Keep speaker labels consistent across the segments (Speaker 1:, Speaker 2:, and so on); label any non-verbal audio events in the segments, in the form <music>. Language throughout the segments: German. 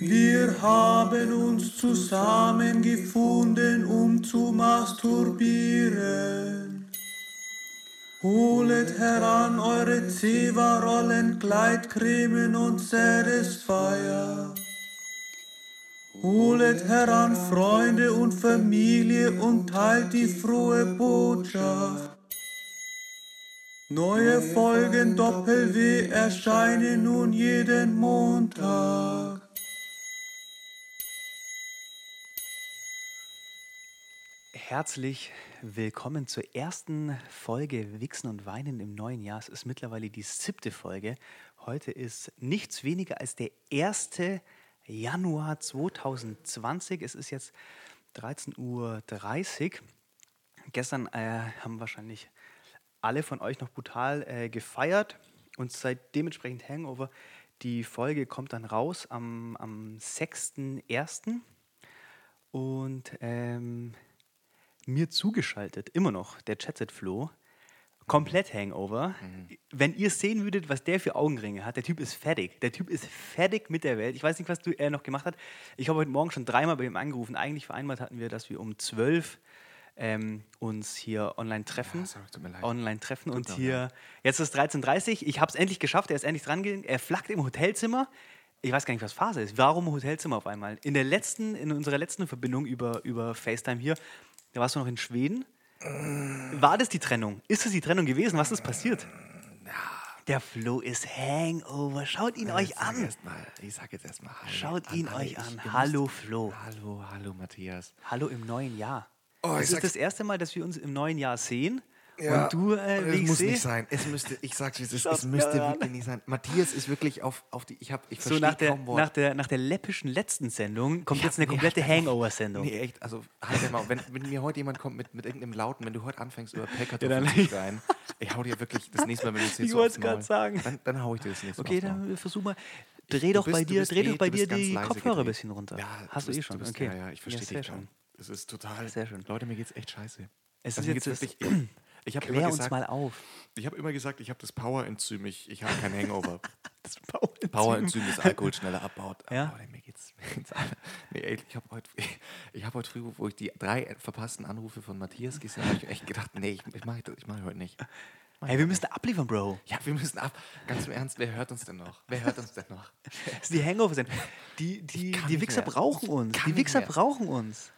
Speaker 1: Wir haben uns zusammengefunden, um zu masturbieren. Holet heran eure Zewa-Rollen, Gleitcremen und Satisfier. Holet heran Freunde und Familie und teilt die frohe Botschaft. Neue Folgen Doppel-W erscheinen nun jeden Montag.
Speaker 2: Herzlich willkommen zur ersten Folge Wichsen und Weinen im neuen Jahr. Es ist mittlerweile die siebte Folge. Heute ist nichts weniger als der 1. Januar 2020. Es ist jetzt 13.30 Uhr. Gestern äh, haben wahrscheinlich alle von euch noch brutal äh, gefeiert und seid dementsprechend Hangover. Die Folge kommt dann raus am, am 6.1. Und ähm, mir zugeschaltet, immer noch, der Chatset Flo. Komplett Hangover.
Speaker 3: Mhm.
Speaker 2: Wenn ihr sehen würdet, was der für Augenringe hat, der Typ ist fertig. Der Typ ist fertig mit der Welt. Ich weiß nicht, was du, er noch gemacht hat. Ich habe heute Morgen schon dreimal bei ihm angerufen. Eigentlich vereinbart hatten wir, dass wir um 12 ähm, uns hier online treffen.
Speaker 3: Ja, sorry, tut mir leid.
Speaker 2: Online treffen und
Speaker 3: mir
Speaker 2: hier, jetzt ist 13.30 Uhr. Ich habe es endlich geschafft. Er ist endlich dran gegangen. Er flackt im Hotelzimmer. Ich weiß gar nicht, was Phase ist. Warum Hotelzimmer auf einmal? In der letzten, in unserer letzten Verbindung über, über FaceTime hier, da warst du noch in Schweden. War das die Trennung? Ist es die Trennung gewesen? Was ist passiert? Der Flo ist Hangover. Schaut ihn euch
Speaker 3: Ich sag
Speaker 2: an.
Speaker 3: erst mal- ich sag jetzt erstmal Hallo.
Speaker 2: Schaut
Speaker 3: an
Speaker 2: ihn
Speaker 3: alle.
Speaker 2: euch
Speaker 3: Ich-
Speaker 2: an.
Speaker 3: ihr müsst-
Speaker 2: Hallo, Flo.
Speaker 3: Hallo, hallo Matthias.
Speaker 2: Hallo im neuen Jahr.
Speaker 3: Oh, ich
Speaker 2: es ist
Speaker 3: sag's-
Speaker 2: das erste Mal, dass wir uns im neuen Jahr sehen.
Speaker 3: Ja,
Speaker 2: und du, äh,
Speaker 3: es
Speaker 2: wie ich
Speaker 3: muss
Speaker 2: sehe,
Speaker 3: nicht sein. Es müsste, ich sag's wie es ist,
Speaker 2: Schaut's
Speaker 3: es müsste
Speaker 2: mir an.
Speaker 3: wirklich nicht sein. Matthias ist wirklich auf, auf die, ich hab, ich
Speaker 2: so
Speaker 3: verstehe
Speaker 2: nach der,
Speaker 3: kaum Worte.
Speaker 2: nach, der, nach der läppischen letzten Sendung kommt
Speaker 3: Ja,
Speaker 2: jetzt eine
Speaker 3: nee,
Speaker 2: komplette
Speaker 3: halt einfach.
Speaker 2: Hangover-Sendung.
Speaker 3: Nee, echt, also halt dir mal, wenn, wenn mir heute jemand kommt mit, mit irgendeinem Lauten, wenn du heute anfängst über Pellkartoffeln
Speaker 2: Ja, dann-
Speaker 3: zu schreien, ich hau dir wirklich das nächste Mal, wenn du
Speaker 2: <laughs>
Speaker 3: jetzt hier
Speaker 2: Ich
Speaker 3: so aufs
Speaker 2: wollt's grad
Speaker 3: Maul-
Speaker 2: sagen.
Speaker 3: Dann, dann hau ich dir das nächste Mal
Speaker 2: Okay,
Speaker 3: aufs Maul.
Speaker 2: dann äh, versuch mal. Dreh doch
Speaker 3: Du
Speaker 2: bei
Speaker 3: bist- du
Speaker 2: dir,
Speaker 3: bist-
Speaker 2: dreh
Speaker 3: nee,
Speaker 2: doch bei
Speaker 3: bist
Speaker 2: dir
Speaker 3: ganz
Speaker 2: die
Speaker 3: leise
Speaker 2: Kopfhörer ein
Speaker 3: gedreht.
Speaker 2: bisschen runter.
Speaker 3: Ja,
Speaker 2: Hast du, eh schon?
Speaker 3: bist-
Speaker 2: okay.
Speaker 3: Ja, ja, ich verstehe
Speaker 2: sehr
Speaker 3: dich schon.
Speaker 2: schön.
Speaker 3: Es ist total.
Speaker 2: Sehr schön.
Speaker 3: Leute, mir geht's echt scheiße.
Speaker 2: Es
Speaker 3: Also
Speaker 2: ist
Speaker 3: mir geht's
Speaker 2: jetzt das-
Speaker 3: wirklich. Ich habe immer
Speaker 2: Klär uns
Speaker 3: gesagt,
Speaker 2: mal auf.
Speaker 3: ich habe immer gesagt, ich habe das Power-Enzym, ich, ich habe kein Hangover.
Speaker 2: Das <laughs> Power-Enzym.
Speaker 3: Power-Enzym, <laughs> das Alkohol schneller abbaut.
Speaker 2: Ja.
Speaker 3: Aber mir geht's. <laughs> Mir geht's alle. nee, ey, ich habe heute ich hab heute früh, wo ich die drei verpassten Anrufe von Matthias gesehen habe, hab ich echt gedacht, nee, ich, ich mache ich mach heute nicht.
Speaker 2: Hey, wir müssen abliefern, Bro.
Speaker 3: Ja, wir müssen ab. Ganz im Ernst, wer hört uns denn noch? Wer hört uns denn noch?
Speaker 2: Das ist die Hangover-Sendung. Die, die,
Speaker 3: kann
Speaker 2: die
Speaker 3: nicht
Speaker 2: Wichser
Speaker 3: mehr.
Speaker 2: brauchen
Speaker 3: Ich
Speaker 2: uns.
Speaker 3: kann
Speaker 2: Die
Speaker 3: nicht
Speaker 2: Wichser
Speaker 3: mehr.
Speaker 2: brauchen uns.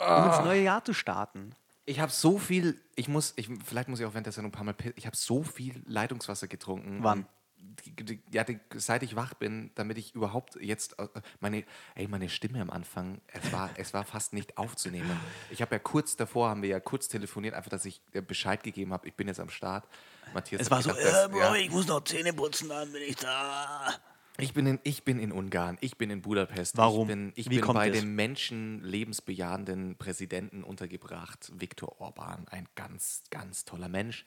Speaker 2: Um ins neue Jahr zu starten.
Speaker 3: Ich habe so viel, ich muss, ich, vielleicht muss ich auch während der Sendung ein paar Mal pissen. Ich habe so viel Leitungswasser getrunken.
Speaker 2: Wann?
Speaker 3: Die, die, ja, die, seit ich wach bin, damit ich überhaupt jetzt äh, meine, ey, meine Stimme am Anfang, es war, es war fast nicht aufzunehmen. Ich habe ja kurz davor, haben wir ja kurz telefoniert, einfach, dass ich äh, Bescheid gegeben habe, ich bin jetzt am Start. Matthias
Speaker 2: Es
Speaker 3: hat
Speaker 2: war so,
Speaker 3: gedacht, dass-
Speaker 2: äh, Bro,
Speaker 3: ja.
Speaker 2: ich muss noch Zähne putzen, dann bin ich da.
Speaker 3: Ich bin, in, ich bin in Ungarn, ich bin in Budapest.
Speaker 2: Warum?
Speaker 3: Ich bin, ich
Speaker 2: Wie
Speaker 3: bin
Speaker 2: kommt
Speaker 3: bei
Speaker 2: es?
Speaker 3: dem menschenlebensbejahenden Präsidenten untergebracht, Viktor Orban. Ein ganz, ganz toller Mensch.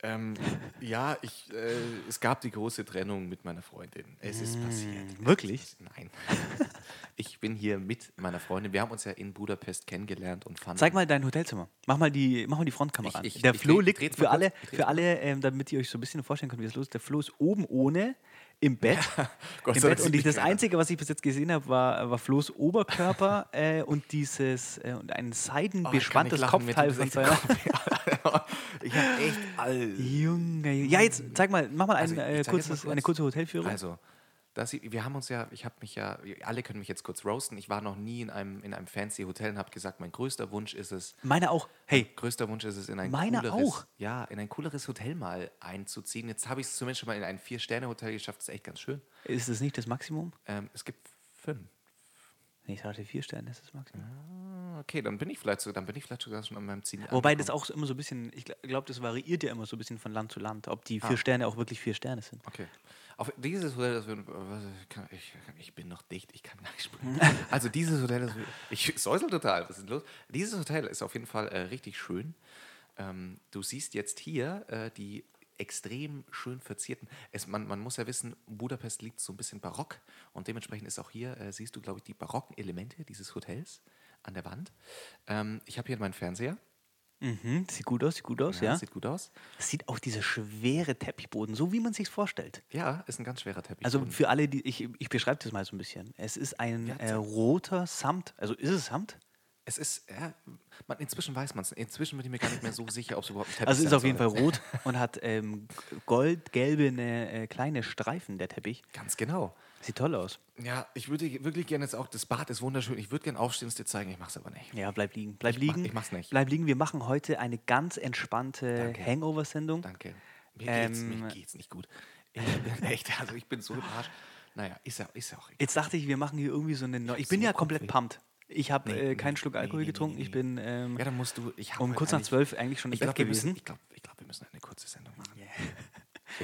Speaker 3: Ähm, ja, ich, äh, es gab die große Trennung mit meiner Freundin. Es ist passiert.
Speaker 2: Mm, Wirklich?
Speaker 3: Nein. <laughs> Ich bin hier mit meiner Freundin. Wir haben uns ja in Budapest kennengelernt und fanden.
Speaker 2: Zeig mal dein Hotelzimmer. Mach mal die, mach mal die Frontkamera
Speaker 3: Ich- ich-
Speaker 2: an. Der
Speaker 3: ich
Speaker 2: Flo
Speaker 3: dreh-
Speaker 2: liegt
Speaker 3: dreh's mal
Speaker 2: für
Speaker 3: kurz,
Speaker 2: alle,
Speaker 3: ich dreh's
Speaker 2: für alle ähm, damit ihr euch so ein bisschen vorstellen könnt, wie es los ist. Der Flo ist oben ohne im Bett.
Speaker 3: <laughs> Gott
Speaker 2: im
Speaker 3: sei Dank
Speaker 2: Bett. Und
Speaker 3: sieht
Speaker 2: ich,
Speaker 3: mich
Speaker 2: das
Speaker 3: keiner.
Speaker 2: Einzige, was ich bis jetzt gesehen habe, war, war Flo's Oberkörper <laughs> äh, und dieses äh, und ein
Speaker 3: Oh, ich kann nicht
Speaker 2: seidenbespanntes
Speaker 3: lachen, mir
Speaker 2: Kopfteil
Speaker 3: tut
Speaker 2: von
Speaker 3: das
Speaker 2: seiner.
Speaker 3: <laughs> echt so leid. Ich habe echt all.
Speaker 2: Junge, Junge. Ja, jetzt zeig mal, mach mal, ein,
Speaker 3: Also, ich- ich
Speaker 2: äh,
Speaker 3: zeig jetzt mal
Speaker 2: kurzes,
Speaker 3: kurz.
Speaker 2: eine kurze Hotelführung.
Speaker 3: Also, das, hier- wir haben uns ja, ich habe mich ja, alle können mich jetzt kurz roasten. Ich war noch nie in einem, in einem fancy Hotel und habe gesagt, mein größter Wunsch ist es,
Speaker 2: Meine auch. Hey,
Speaker 3: größter Wunsch ist es, in ein
Speaker 2: Meiner
Speaker 3: cooleres,
Speaker 2: auch.
Speaker 3: ja, in ein cooleres Hotel mal einzuziehen. Jetzt habe ich es zumindest schon mal in ein Vier-Sterne-Hotel geschafft. Das ist echt ganz schön.
Speaker 2: ist das nicht das Maximum?
Speaker 3: Ähm, es gibt fünf.
Speaker 2: Nee, ich dachte vier Sterne ist das Maximum.
Speaker 3: Okay, dann bin ich vielleicht so, dann bin ich vielleicht sogar schon an meinem Ziel.
Speaker 2: Wobei das
Speaker 3: genau.
Speaker 2: auch so immer so ein bisschen, ich glaube, das variiert ja immer so ein bisschen von Land zu Land, ob
Speaker 3: Ah.
Speaker 2: die vier Sterne auch wirklich vier Sterne sind.
Speaker 3: Okay. Auf dieses Hotel, das wir, was- ich kann- ich, ich bin noch dicht, ich kann gar nicht
Speaker 2: <laughs>
Speaker 3: sprechen. Also dieses Hotel, das wir, ich säusel total, was ist los? Dieses Hotel ist auf jeden Fall äh, richtig schön. Ähm, du siehst jetzt hier äh, die extrem schön verzierten, es, man, man muss ja wissen, Budapest liegt so ein bisschen barock und dementsprechend ist auch hier, äh, siehst du, glaube ich, die barocken Elemente dieses Hotels an der Wand. Ähm, ich habe hier meinen Fernseher
Speaker 2: Mhm, sieht gut aus, sieht gut aus, ja.
Speaker 3: Sieht gut aus.
Speaker 2: Sieht auch dieser schwere Teppichboden, so wie man sich vorstellt.
Speaker 3: Ja, ist ein ganz schwerer Teppich.
Speaker 2: Also für alle, die ich, ich beschreibe das mal so ein bisschen. Es ist ein
Speaker 3: Ja,
Speaker 2: äh,
Speaker 3: zeig.
Speaker 2: roter Samt. Also ist es Samt?
Speaker 3: es ist, ja, man, inzwischen weiß man es. Inzwischen bin ich mir gar nicht mehr so sicher, ob es überhaupt ein Teppich
Speaker 2: Also ist
Speaker 3: sein
Speaker 2: auf jeden Fall
Speaker 3: soll. <laughs>
Speaker 2: rot und hat ähm, goldgelbe äh, kleine Streifen der Teppich.
Speaker 3: Ganz genau.
Speaker 2: Sieht toll aus.
Speaker 3: Ja, ich würde ge- wirklich gerne jetzt auch, das Bad ist wunderschön, ich würde gerne aufstehen, es dir zeigen, ich mache es aber nicht.
Speaker 2: Ja, bleib liegen. Bleib
Speaker 3: mach-
Speaker 2: liegen.
Speaker 3: ich mach's nicht.
Speaker 2: Bleib liegen. Wir machen heute eine ganz entspannte
Speaker 3: Danke.
Speaker 2: Hangover-Sendung.
Speaker 3: Danke. Mir, geht's,
Speaker 2: Ähm,
Speaker 3: mir geht's nicht gut.
Speaker 2: <laughs>
Speaker 3: Ich bin echt, also ich bin so im Arsch. Naja, ist ja, ist ja auch egal.
Speaker 2: Jetzt dachte ich, wir machen hier irgendwie so eine neue. Ich bin
Speaker 3: so
Speaker 2: ja komplett
Speaker 3: Kopfweh.
Speaker 2: pumped. Ich habe
Speaker 3: Nee,
Speaker 2: äh, keinen
Speaker 3: nee,
Speaker 2: Schluck
Speaker 3: nee,
Speaker 2: Alkohol
Speaker 3: nee, nee,
Speaker 2: getrunken.
Speaker 3: nee,
Speaker 2: Ich bin ähm,
Speaker 3: Ja, dann musst du, ich hab
Speaker 2: um
Speaker 3: heute
Speaker 2: kurz nach
Speaker 3: eigentlich-
Speaker 2: zwölf eigentlich schon im
Speaker 3: Ich
Speaker 2: Bett
Speaker 3: glaube, wir, müssen-
Speaker 2: gewesen.
Speaker 3: ich glaub, ich glaub, wir müssen eine kurze Sendung machen.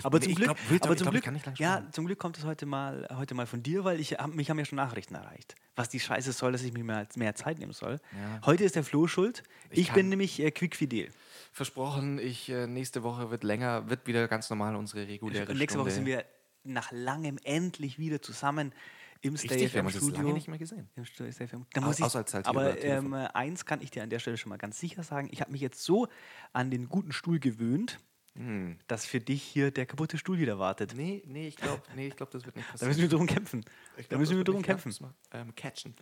Speaker 2: Aber
Speaker 3: nee,
Speaker 2: zum
Speaker 3: ich
Speaker 2: Glück,
Speaker 3: glaub, Real Talk,
Speaker 2: aber
Speaker 3: ich
Speaker 2: zum
Speaker 3: glaub, ich
Speaker 2: Glück,
Speaker 3: kann nicht lang
Speaker 2: ja,
Speaker 3: schlafen.
Speaker 2: zum Glück kommt es heute mal, heute mal von dir, weil ich hab, mich haben ja schon Nachrichten erreicht. Was die Scheiße soll, dass ich mir mehr, mehr Zeit nehmen soll.
Speaker 3: Ja.
Speaker 2: Heute ist der Flo schuld. Ich,
Speaker 3: Ich
Speaker 2: bin
Speaker 3: kann-
Speaker 2: nämlich äh, quickfidel.
Speaker 3: Versprochen, ich, äh, nächste Woche wird länger, wird wieder ganz normal unsere reguläre
Speaker 2: Und nächste
Speaker 3: Stunde.
Speaker 2: Woche sind wir nach langem endlich wieder zusammen im Stay
Speaker 3: Richtig, wir
Speaker 2: FM
Speaker 3: haben uns jetzt lange
Speaker 2: Studio.
Speaker 3: nicht mehr gesehen.
Speaker 2: Im Studio Stay FM. Da
Speaker 3: Au-
Speaker 2: muss ich,
Speaker 3: außer als halt hier
Speaker 2: aber
Speaker 3: über Telefon.
Speaker 2: ähm, äh, eins kann ich dir an der Stelle schon mal ganz sicher sagen. Ich habe mich jetzt so an den guten Stuhl gewöhnt,
Speaker 3: Hm.
Speaker 2: dass für dich hier der kaputte Stuhl wieder wartet.
Speaker 3: Nee, nee, ich glaube, nee, ich glaub, das wird nicht
Speaker 2: <laughs> Da
Speaker 3: passieren.
Speaker 2: müssen wir drum kämpfen.
Speaker 3: Ich
Speaker 2: da müssen
Speaker 3: glaub, das
Speaker 2: wir
Speaker 3: wird
Speaker 2: drum
Speaker 3: nicht- ja,
Speaker 2: kämpfen.
Speaker 3: müssen wir, Ähm, catchen.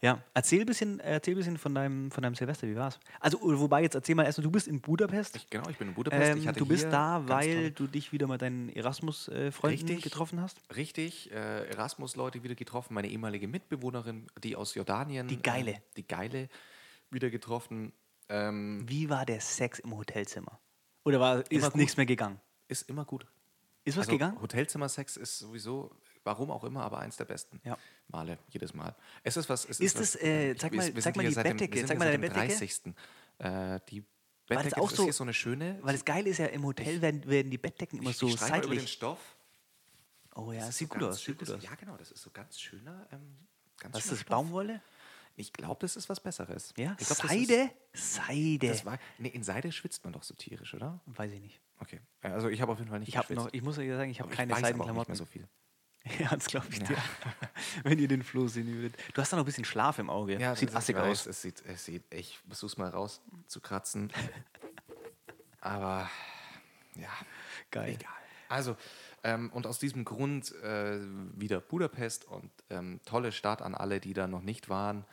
Speaker 2: Ja, erzähl ein bisschen, erzähl bisschen von, deinem, von deinem Silvester, wie war's? Also, wobei, jetzt erzähl mal erstmal, du bist in Budapest.
Speaker 3: Ich, genau, ich bin in Budapest. ich
Speaker 2: Ähm,
Speaker 3: hatte
Speaker 2: du bist
Speaker 3: hier
Speaker 2: da,
Speaker 3: ganz
Speaker 2: weil
Speaker 3: tolle-
Speaker 2: du dich wieder mit deinen Erasmus-Freunden
Speaker 3: Richtig.
Speaker 2: getroffen hast.
Speaker 3: Richtig, äh, Erasmus-Leute wieder getroffen, meine ehemalige Mitbewohnerin, die aus Jordanien.
Speaker 2: Die Geile.
Speaker 3: Äh, die Geile wieder getroffen. Ähm,
Speaker 2: Wie war der Sex im Hotelzimmer? Oder war,
Speaker 3: Immer
Speaker 2: ist
Speaker 3: gut.
Speaker 2: nichts mehr gegangen?
Speaker 3: ist immer gut. Also
Speaker 2: Ist was gegangen?
Speaker 3: Hotelzimmersex ist sowieso, warum auch immer, aber eins der besten.
Speaker 2: Ja.
Speaker 3: Male, jedes Mal. Es ist was. Es
Speaker 2: Ist
Speaker 3: was, ähm,
Speaker 2: es, äh,
Speaker 3: ich-
Speaker 2: zeig
Speaker 3: wir-
Speaker 2: mal-
Speaker 3: wir sind
Speaker 2: zeig mal
Speaker 3: hier
Speaker 2: die
Speaker 3: seit dem- wir
Speaker 2: Bettdecke,
Speaker 3: sind
Speaker 2: zeig
Speaker 3: hier
Speaker 2: mal
Speaker 3: seit
Speaker 2: deine
Speaker 3: dem
Speaker 2: Bettdecke.
Speaker 3: 30. Äh, die
Speaker 2: das
Speaker 3: Bettdecke
Speaker 2: auch
Speaker 3: ist
Speaker 2: so-
Speaker 3: hier so eine schöne.
Speaker 2: Weil das Geile ist ja, im Hotel werden, werden die Bettdecken immer
Speaker 3: ich,
Speaker 2: so
Speaker 3: ich streiche mal über den
Speaker 2: seitlich.
Speaker 3: Stoff.
Speaker 2: Oh ja,
Speaker 3: Das ist
Speaker 2: sieht
Speaker 3: so
Speaker 2: gut
Speaker 3: ganz
Speaker 2: aus,
Speaker 3: schön-
Speaker 2: sieht gut
Speaker 3: das-
Speaker 2: aus.
Speaker 3: Ja, genau, das ist so ganz schöner. Ähm, ganz
Speaker 2: Was ist
Speaker 3: schöner
Speaker 2: das,
Speaker 3: Stoff.
Speaker 2: Baumwolle?
Speaker 3: Ich glaube, das ist was Besseres.
Speaker 2: Ja,
Speaker 3: ich glaub, das ist-
Speaker 2: Seide? Seide.
Speaker 3: Das war, nee, in Seide schwitzt man doch so tierisch, oder?
Speaker 2: Weiß ich nicht.
Speaker 3: Okay. Ja, Also ich habe auf jeden Fall nicht
Speaker 2: Ich, hab
Speaker 3: geschwitzt.
Speaker 2: noch, ich muss ja sagen, ich habe
Speaker 3: Ich
Speaker 2: keine
Speaker 3: weiß aber auch nicht
Speaker 2: Seidenklamotten.
Speaker 3: mehr so viel.
Speaker 2: Ja, das glaube ich dir. <laughs> Wenn ihr den Flo sehen würdet. Du hast da noch ein bisschen Schlaf im Auge.
Speaker 3: Ja,
Speaker 2: sieht
Speaker 3: das ist-
Speaker 2: assig
Speaker 3: ich weiß,
Speaker 2: aus.
Speaker 3: Es sieht, es sieht, ich versuche es mal rauszukratzen.
Speaker 2: <laughs>
Speaker 3: Aber ja,
Speaker 2: Geil.
Speaker 3: egal. Also, ähm, und aus diesem Grund äh, wieder Budapest und ähm, tolle Stadt an alle, die da noch nicht waren.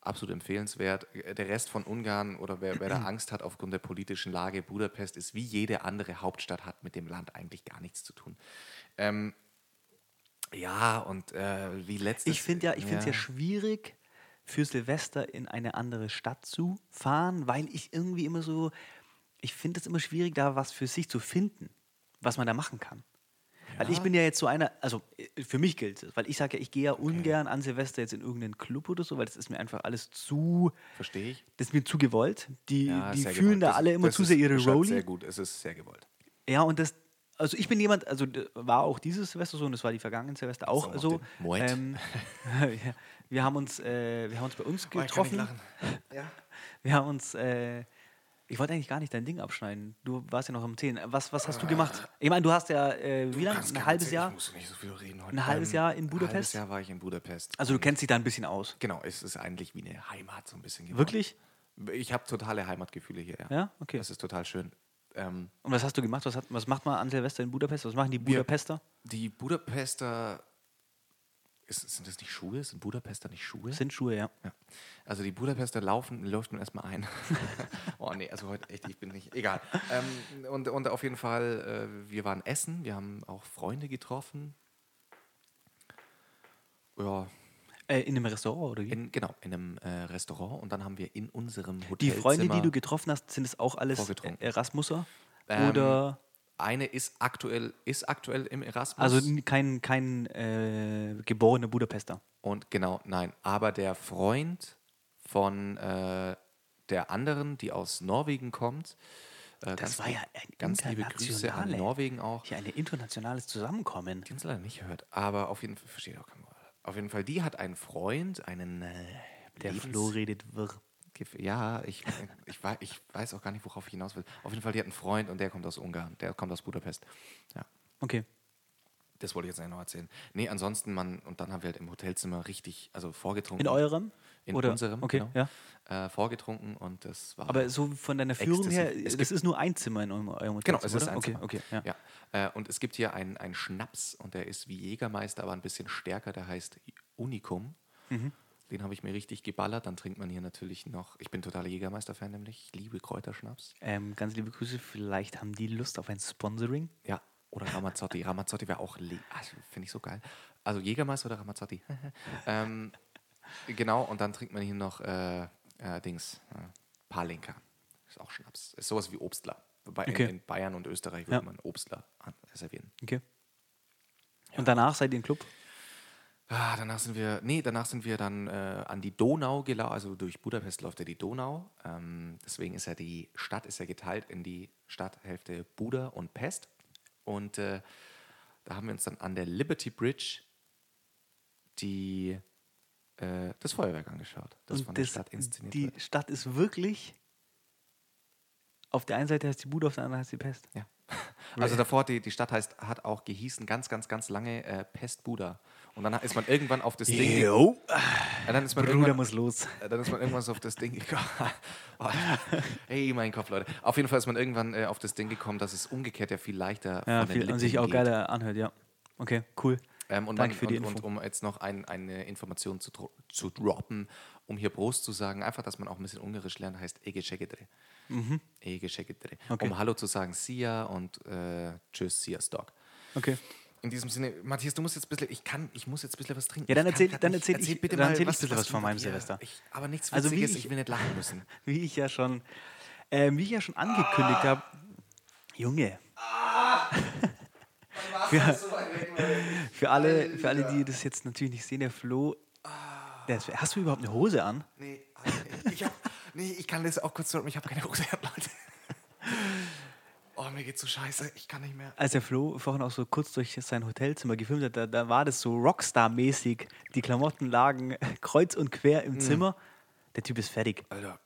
Speaker 3: Absolut empfehlenswert. Äh, Der Rest von Ungarn oder wer,
Speaker 2: <clears throat>
Speaker 3: wer da Angst hat aufgrund der politischen Lage, Budapest ist wie jede andere Hauptstadt, hat mit dem Land eigentlich gar nichts zu tun. Ähm, ja, und äh, wie letztes
Speaker 2: Ich finde ja, ich finde es ja. schwierig, für Silvester in eine andere Stadt zu fahren, weil ich irgendwie immer so, ich finde es immer schwierig, da was für sich zu finden, was man da machen kann. Weil ich bin ja jetzt so einer, also äh, für mich gilt es, weil ich sage ja, ich gehe ja ungern an Silvester jetzt in irgendeinen Club oder so, weil das ist mir einfach alles zu,
Speaker 3: Verstehe ich.
Speaker 2: das ist mir zu gewollt. Die,
Speaker 3: Ja,
Speaker 2: die
Speaker 3: sehr
Speaker 2: fühlen
Speaker 3: gewollt.
Speaker 2: da
Speaker 3: Das-
Speaker 2: alle immer
Speaker 3: das
Speaker 2: zu
Speaker 3: ist-
Speaker 2: sehr ihre
Speaker 3: beschreibt's
Speaker 2: Rolli.
Speaker 3: sehr gut, es ist sehr gewollt.
Speaker 2: Ja, und das, also ich bin jemand, also d- war auch dieses Silvester so und es war die vergangenen Silvester auch
Speaker 3: Sauer auf
Speaker 2: so. Ähm,
Speaker 3: den Moet.
Speaker 2: <laughs> ja, wir haben uns, äh, wir haben uns bei
Speaker 3: Oh,
Speaker 2: uns getroffen. <laughs>
Speaker 3: Ja.
Speaker 2: wir haben uns, äh, ich wollte eigentlich gar nicht dein Ding abschneiden. Du warst ja noch am Zählen. Was, was hast du gemacht? Ich meine, du hast ja, äh, wie lange? Ein halbes Jahr?
Speaker 3: Ich muss nicht so viel reden heute.
Speaker 2: Ein halbes
Speaker 3: Ähm,
Speaker 2: Jahr in
Speaker 3: Ein halbes
Speaker 2: Budapest?
Speaker 3: Jahr war ich in Budapest.
Speaker 2: Also du kennst dich da ein bisschen aus.
Speaker 3: Genau, es ist eigentlich wie eine Heimat so ein bisschen geworden.
Speaker 2: Wirklich?
Speaker 3: Ich habe totale Heimatgefühle hier.
Speaker 2: Ja? Okay.
Speaker 3: Das ist total schön. Ähm,
Speaker 2: Und was hast du gemacht? Was, hat, was macht man an Silvester in Budapest? Was machen die
Speaker 3: Wir-
Speaker 2: Budapester?
Speaker 3: die Budapester. Ist, sind das nicht Schuhe? Sind Budapester nicht Schuhe?
Speaker 2: Sind Schuhe, ja.
Speaker 3: Ja. Also die Budapester laufen, läuft nun erstmal ein. <laughs> oh nee, also heute echt, ich bin nicht. Egal. Ähm, und, und auf jeden Fall, äh, wir waren essen, wir haben auch Freunde getroffen. Ja,
Speaker 2: Äh, in einem Restaurant oder wie?
Speaker 3: in, genau, in einem äh, Restaurant und dann haben wir in unserem Hotel.
Speaker 2: die Freunde, die du getroffen hast, sind es auch alles
Speaker 3: Vorgetrunken.
Speaker 2: Erasmuser?
Speaker 3: Ähm,
Speaker 2: oder
Speaker 3: Eine ist aktuell, ist aktuell im Erasmus.
Speaker 2: Also n- kein, kein äh, geborener Budapester.
Speaker 3: Und genau, nein. Aber der Freund von äh, der anderen, die aus Norwegen kommt, äh, ganz
Speaker 2: war
Speaker 3: lieb-
Speaker 2: ja ein
Speaker 3: ganz liebe Grüße an
Speaker 2: internationale-
Speaker 3: Norwegen auch.
Speaker 2: Hier ein internationales Zusammenkommen.
Speaker 3: Die haben es leider nicht gehört, aber auf jeden Fall versteht auch kein Wort. Auf jeden Fall, die hat einen Freund, einen äh,
Speaker 2: Der
Speaker 3: Lebens-
Speaker 2: Flo redet wirr.
Speaker 3: Gef- Ja, ich, ich, wei- ich weiß auch gar nicht, worauf ich hinaus will. Auf jeden Fall, die hat einen Freund und der kommt aus Ungarn, der kommt aus Budapest. Ja.
Speaker 2: Okay.
Speaker 3: Das wollte ich jetzt eigentlich noch erzählen. Nee, ansonsten, man, und dann haben wir halt im Hotelzimmer richtig, also vorgetrunken.
Speaker 2: In eurem?
Speaker 3: in
Speaker 2: Oder-
Speaker 3: unserem
Speaker 2: okay,
Speaker 3: genau, äh, vorgetrunken und das war
Speaker 2: Aber so von deiner Führung
Speaker 3: Ecstasy.
Speaker 2: her,
Speaker 3: Es
Speaker 2: das ist nur ein Zimmer in eurem, eurem Hotel.
Speaker 3: Genau, es ist
Speaker 2: oder?
Speaker 3: ein
Speaker 2: okay,
Speaker 3: Zimmer.
Speaker 2: okay, ja.
Speaker 3: Ja. Äh, und es gibt hier einen, einen Schnaps und der ist wie Jägermeister, aber ein bisschen stärker. Der heißt Unicum.
Speaker 2: Mhm.
Speaker 3: Den habe ich mir richtig geballert. Dann trinkt man hier natürlich noch. Ich bin totaler Jägermeister-Fan, nämlich. Ich liebe Kräuterschnaps.
Speaker 2: Ähm, ganz liebe Grüße, vielleicht haben die Lust auf ein Sponsoring.
Speaker 3: Ja. Oder Ramazzotti. Ramazzotti wäre auch. le- Ah, Finde ich so geil. Also Jägermeister oder Ramazzotti. <laughs> ähm, genau, und dann trinkt man hier noch äh, äh, Dings. Äh, Palinka. Ist auch Schnaps. Ist sowas wie Obstler. Wobei
Speaker 2: Okay.
Speaker 3: in, in Bayern und Österreich würde
Speaker 2: Ja.
Speaker 3: man Obstler an- servieren.
Speaker 2: Okay. Und danach seid ihr im Club?
Speaker 3: Ah, danach sind wir, nee, danach sind wir dann äh, an die Donau gelaufen, also durch Budapest läuft ja die Donau. Ähm, deswegen ist ja die Stadt ist ja geteilt in die Stadthälfte Buda und Pest. Und äh, da haben wir uns dann an der Liberty Bridge die, äh, das Feuerwerk angeschaut, das
Speaker 2: und
Speaker 3: von der Stadt inszeniert
Speaker 2: die
Speaker 3: wurde.
Speaker 2: Stadt ist wirklich. Auf der einen Seite heißt die Bude, auf der anderen heißt die Pest. <laughs>
Speaker 3: Ja. Also davor, die, die Stadt heißt, hat auch gehießen ganz, ganz, ganz lange äh, Pest Buda. Und dann ist man irgendwann auf das Ding. Ja, dann ist man
Speaker 2: Bruder
Speaker 3: irgendwann-
Speaker 2: muss los.
Speaker 3: Äh, Dann ist man irgendwann so auf das Ding gekommen. <laughs> Oh, hey, mein Kopf, Leute. Auf jeden Fall ist man irgendwann äh, auf das Ding gekommen, dass es umgekehrt ja viel leichter
Speaker 2: Ja,
Speaker 3: von den
Speaker 2: viel, und
Speaker 3: Lippen
Speaker 2: sich auch
Speaker 3: geht.
Speaker 2: geiler anhört, ja. Okay, cool.
Speaker 3: Ähm, und
Speaker 2: Danke
Speaker 3: man,
Speaker 2: für die
Speaker 3: und,
Speaker 2: Info.
Speaker 3: und um jetzt noch ein, eine Information zu, dro- zu droppen, um hier Prost zu sagen, einfach, dass man auch ein bisschen Ungarisch lernt, heißt Ege Schegedre. Ege Schegedre.
Speaker 2: Mhm. Okay.
Speaker 3: Um Hallo zu sagen, Sia und äh, Tschüss, Sia Stock.
Speaker 2: Okay.
Speaker 3: In diesem Sinne, Matthias, du musst jetzt ein bisschen, ich kann, ich muss jetzt ein bisschen was trinken.
Speaker 2: Ja, dann
Speaker 3: Ich kann
Speaker 2: erzähl-
Speaker 3: grad
Speaker 2: dann
Speaker 3: nicht.
Speaker 2: erzähl ich- dann erzähl ich ein bisschen was
Speaker 3: du-
Speaker 2: von meinem
Speaker 3: ja,
Speaker 2: Silvester.
Speaker 3: Ich, aber nichts
Speaker 2: Also wie
Speaker 3: Witziges,
Speaker 2: ich-
Speaker 3: ich will nicht lachen müssen.
Speaker 2: Wie ich ja schon, ähm, wie ich ja schon angekündigt habe. Junge. für, für alle, für alle, die das jetzt natürlich nicht sehen, der Flo. Der ist, hast du überhaupt eine Hose an?
Speaker 3: Nee, also, äh, ich, hab, nee, ich kann das auch kurz zurück. Ich habe keine Hose an, Leute. Oh, mir geht's so scheiße. Ich kann nicht mehr.
Speaker 2: Als der Flo vorhin auch so kurz durch sein Hotelzimmer gefilmt hat, da, da war das so Rockstar-mäßig. Die Klamotten lagen <laughs> kreuz und quer
Speaker 3: Mhm.
Speaker 2: im Zimmer. Der Typ ist fertig.
Speaker 3: Alter.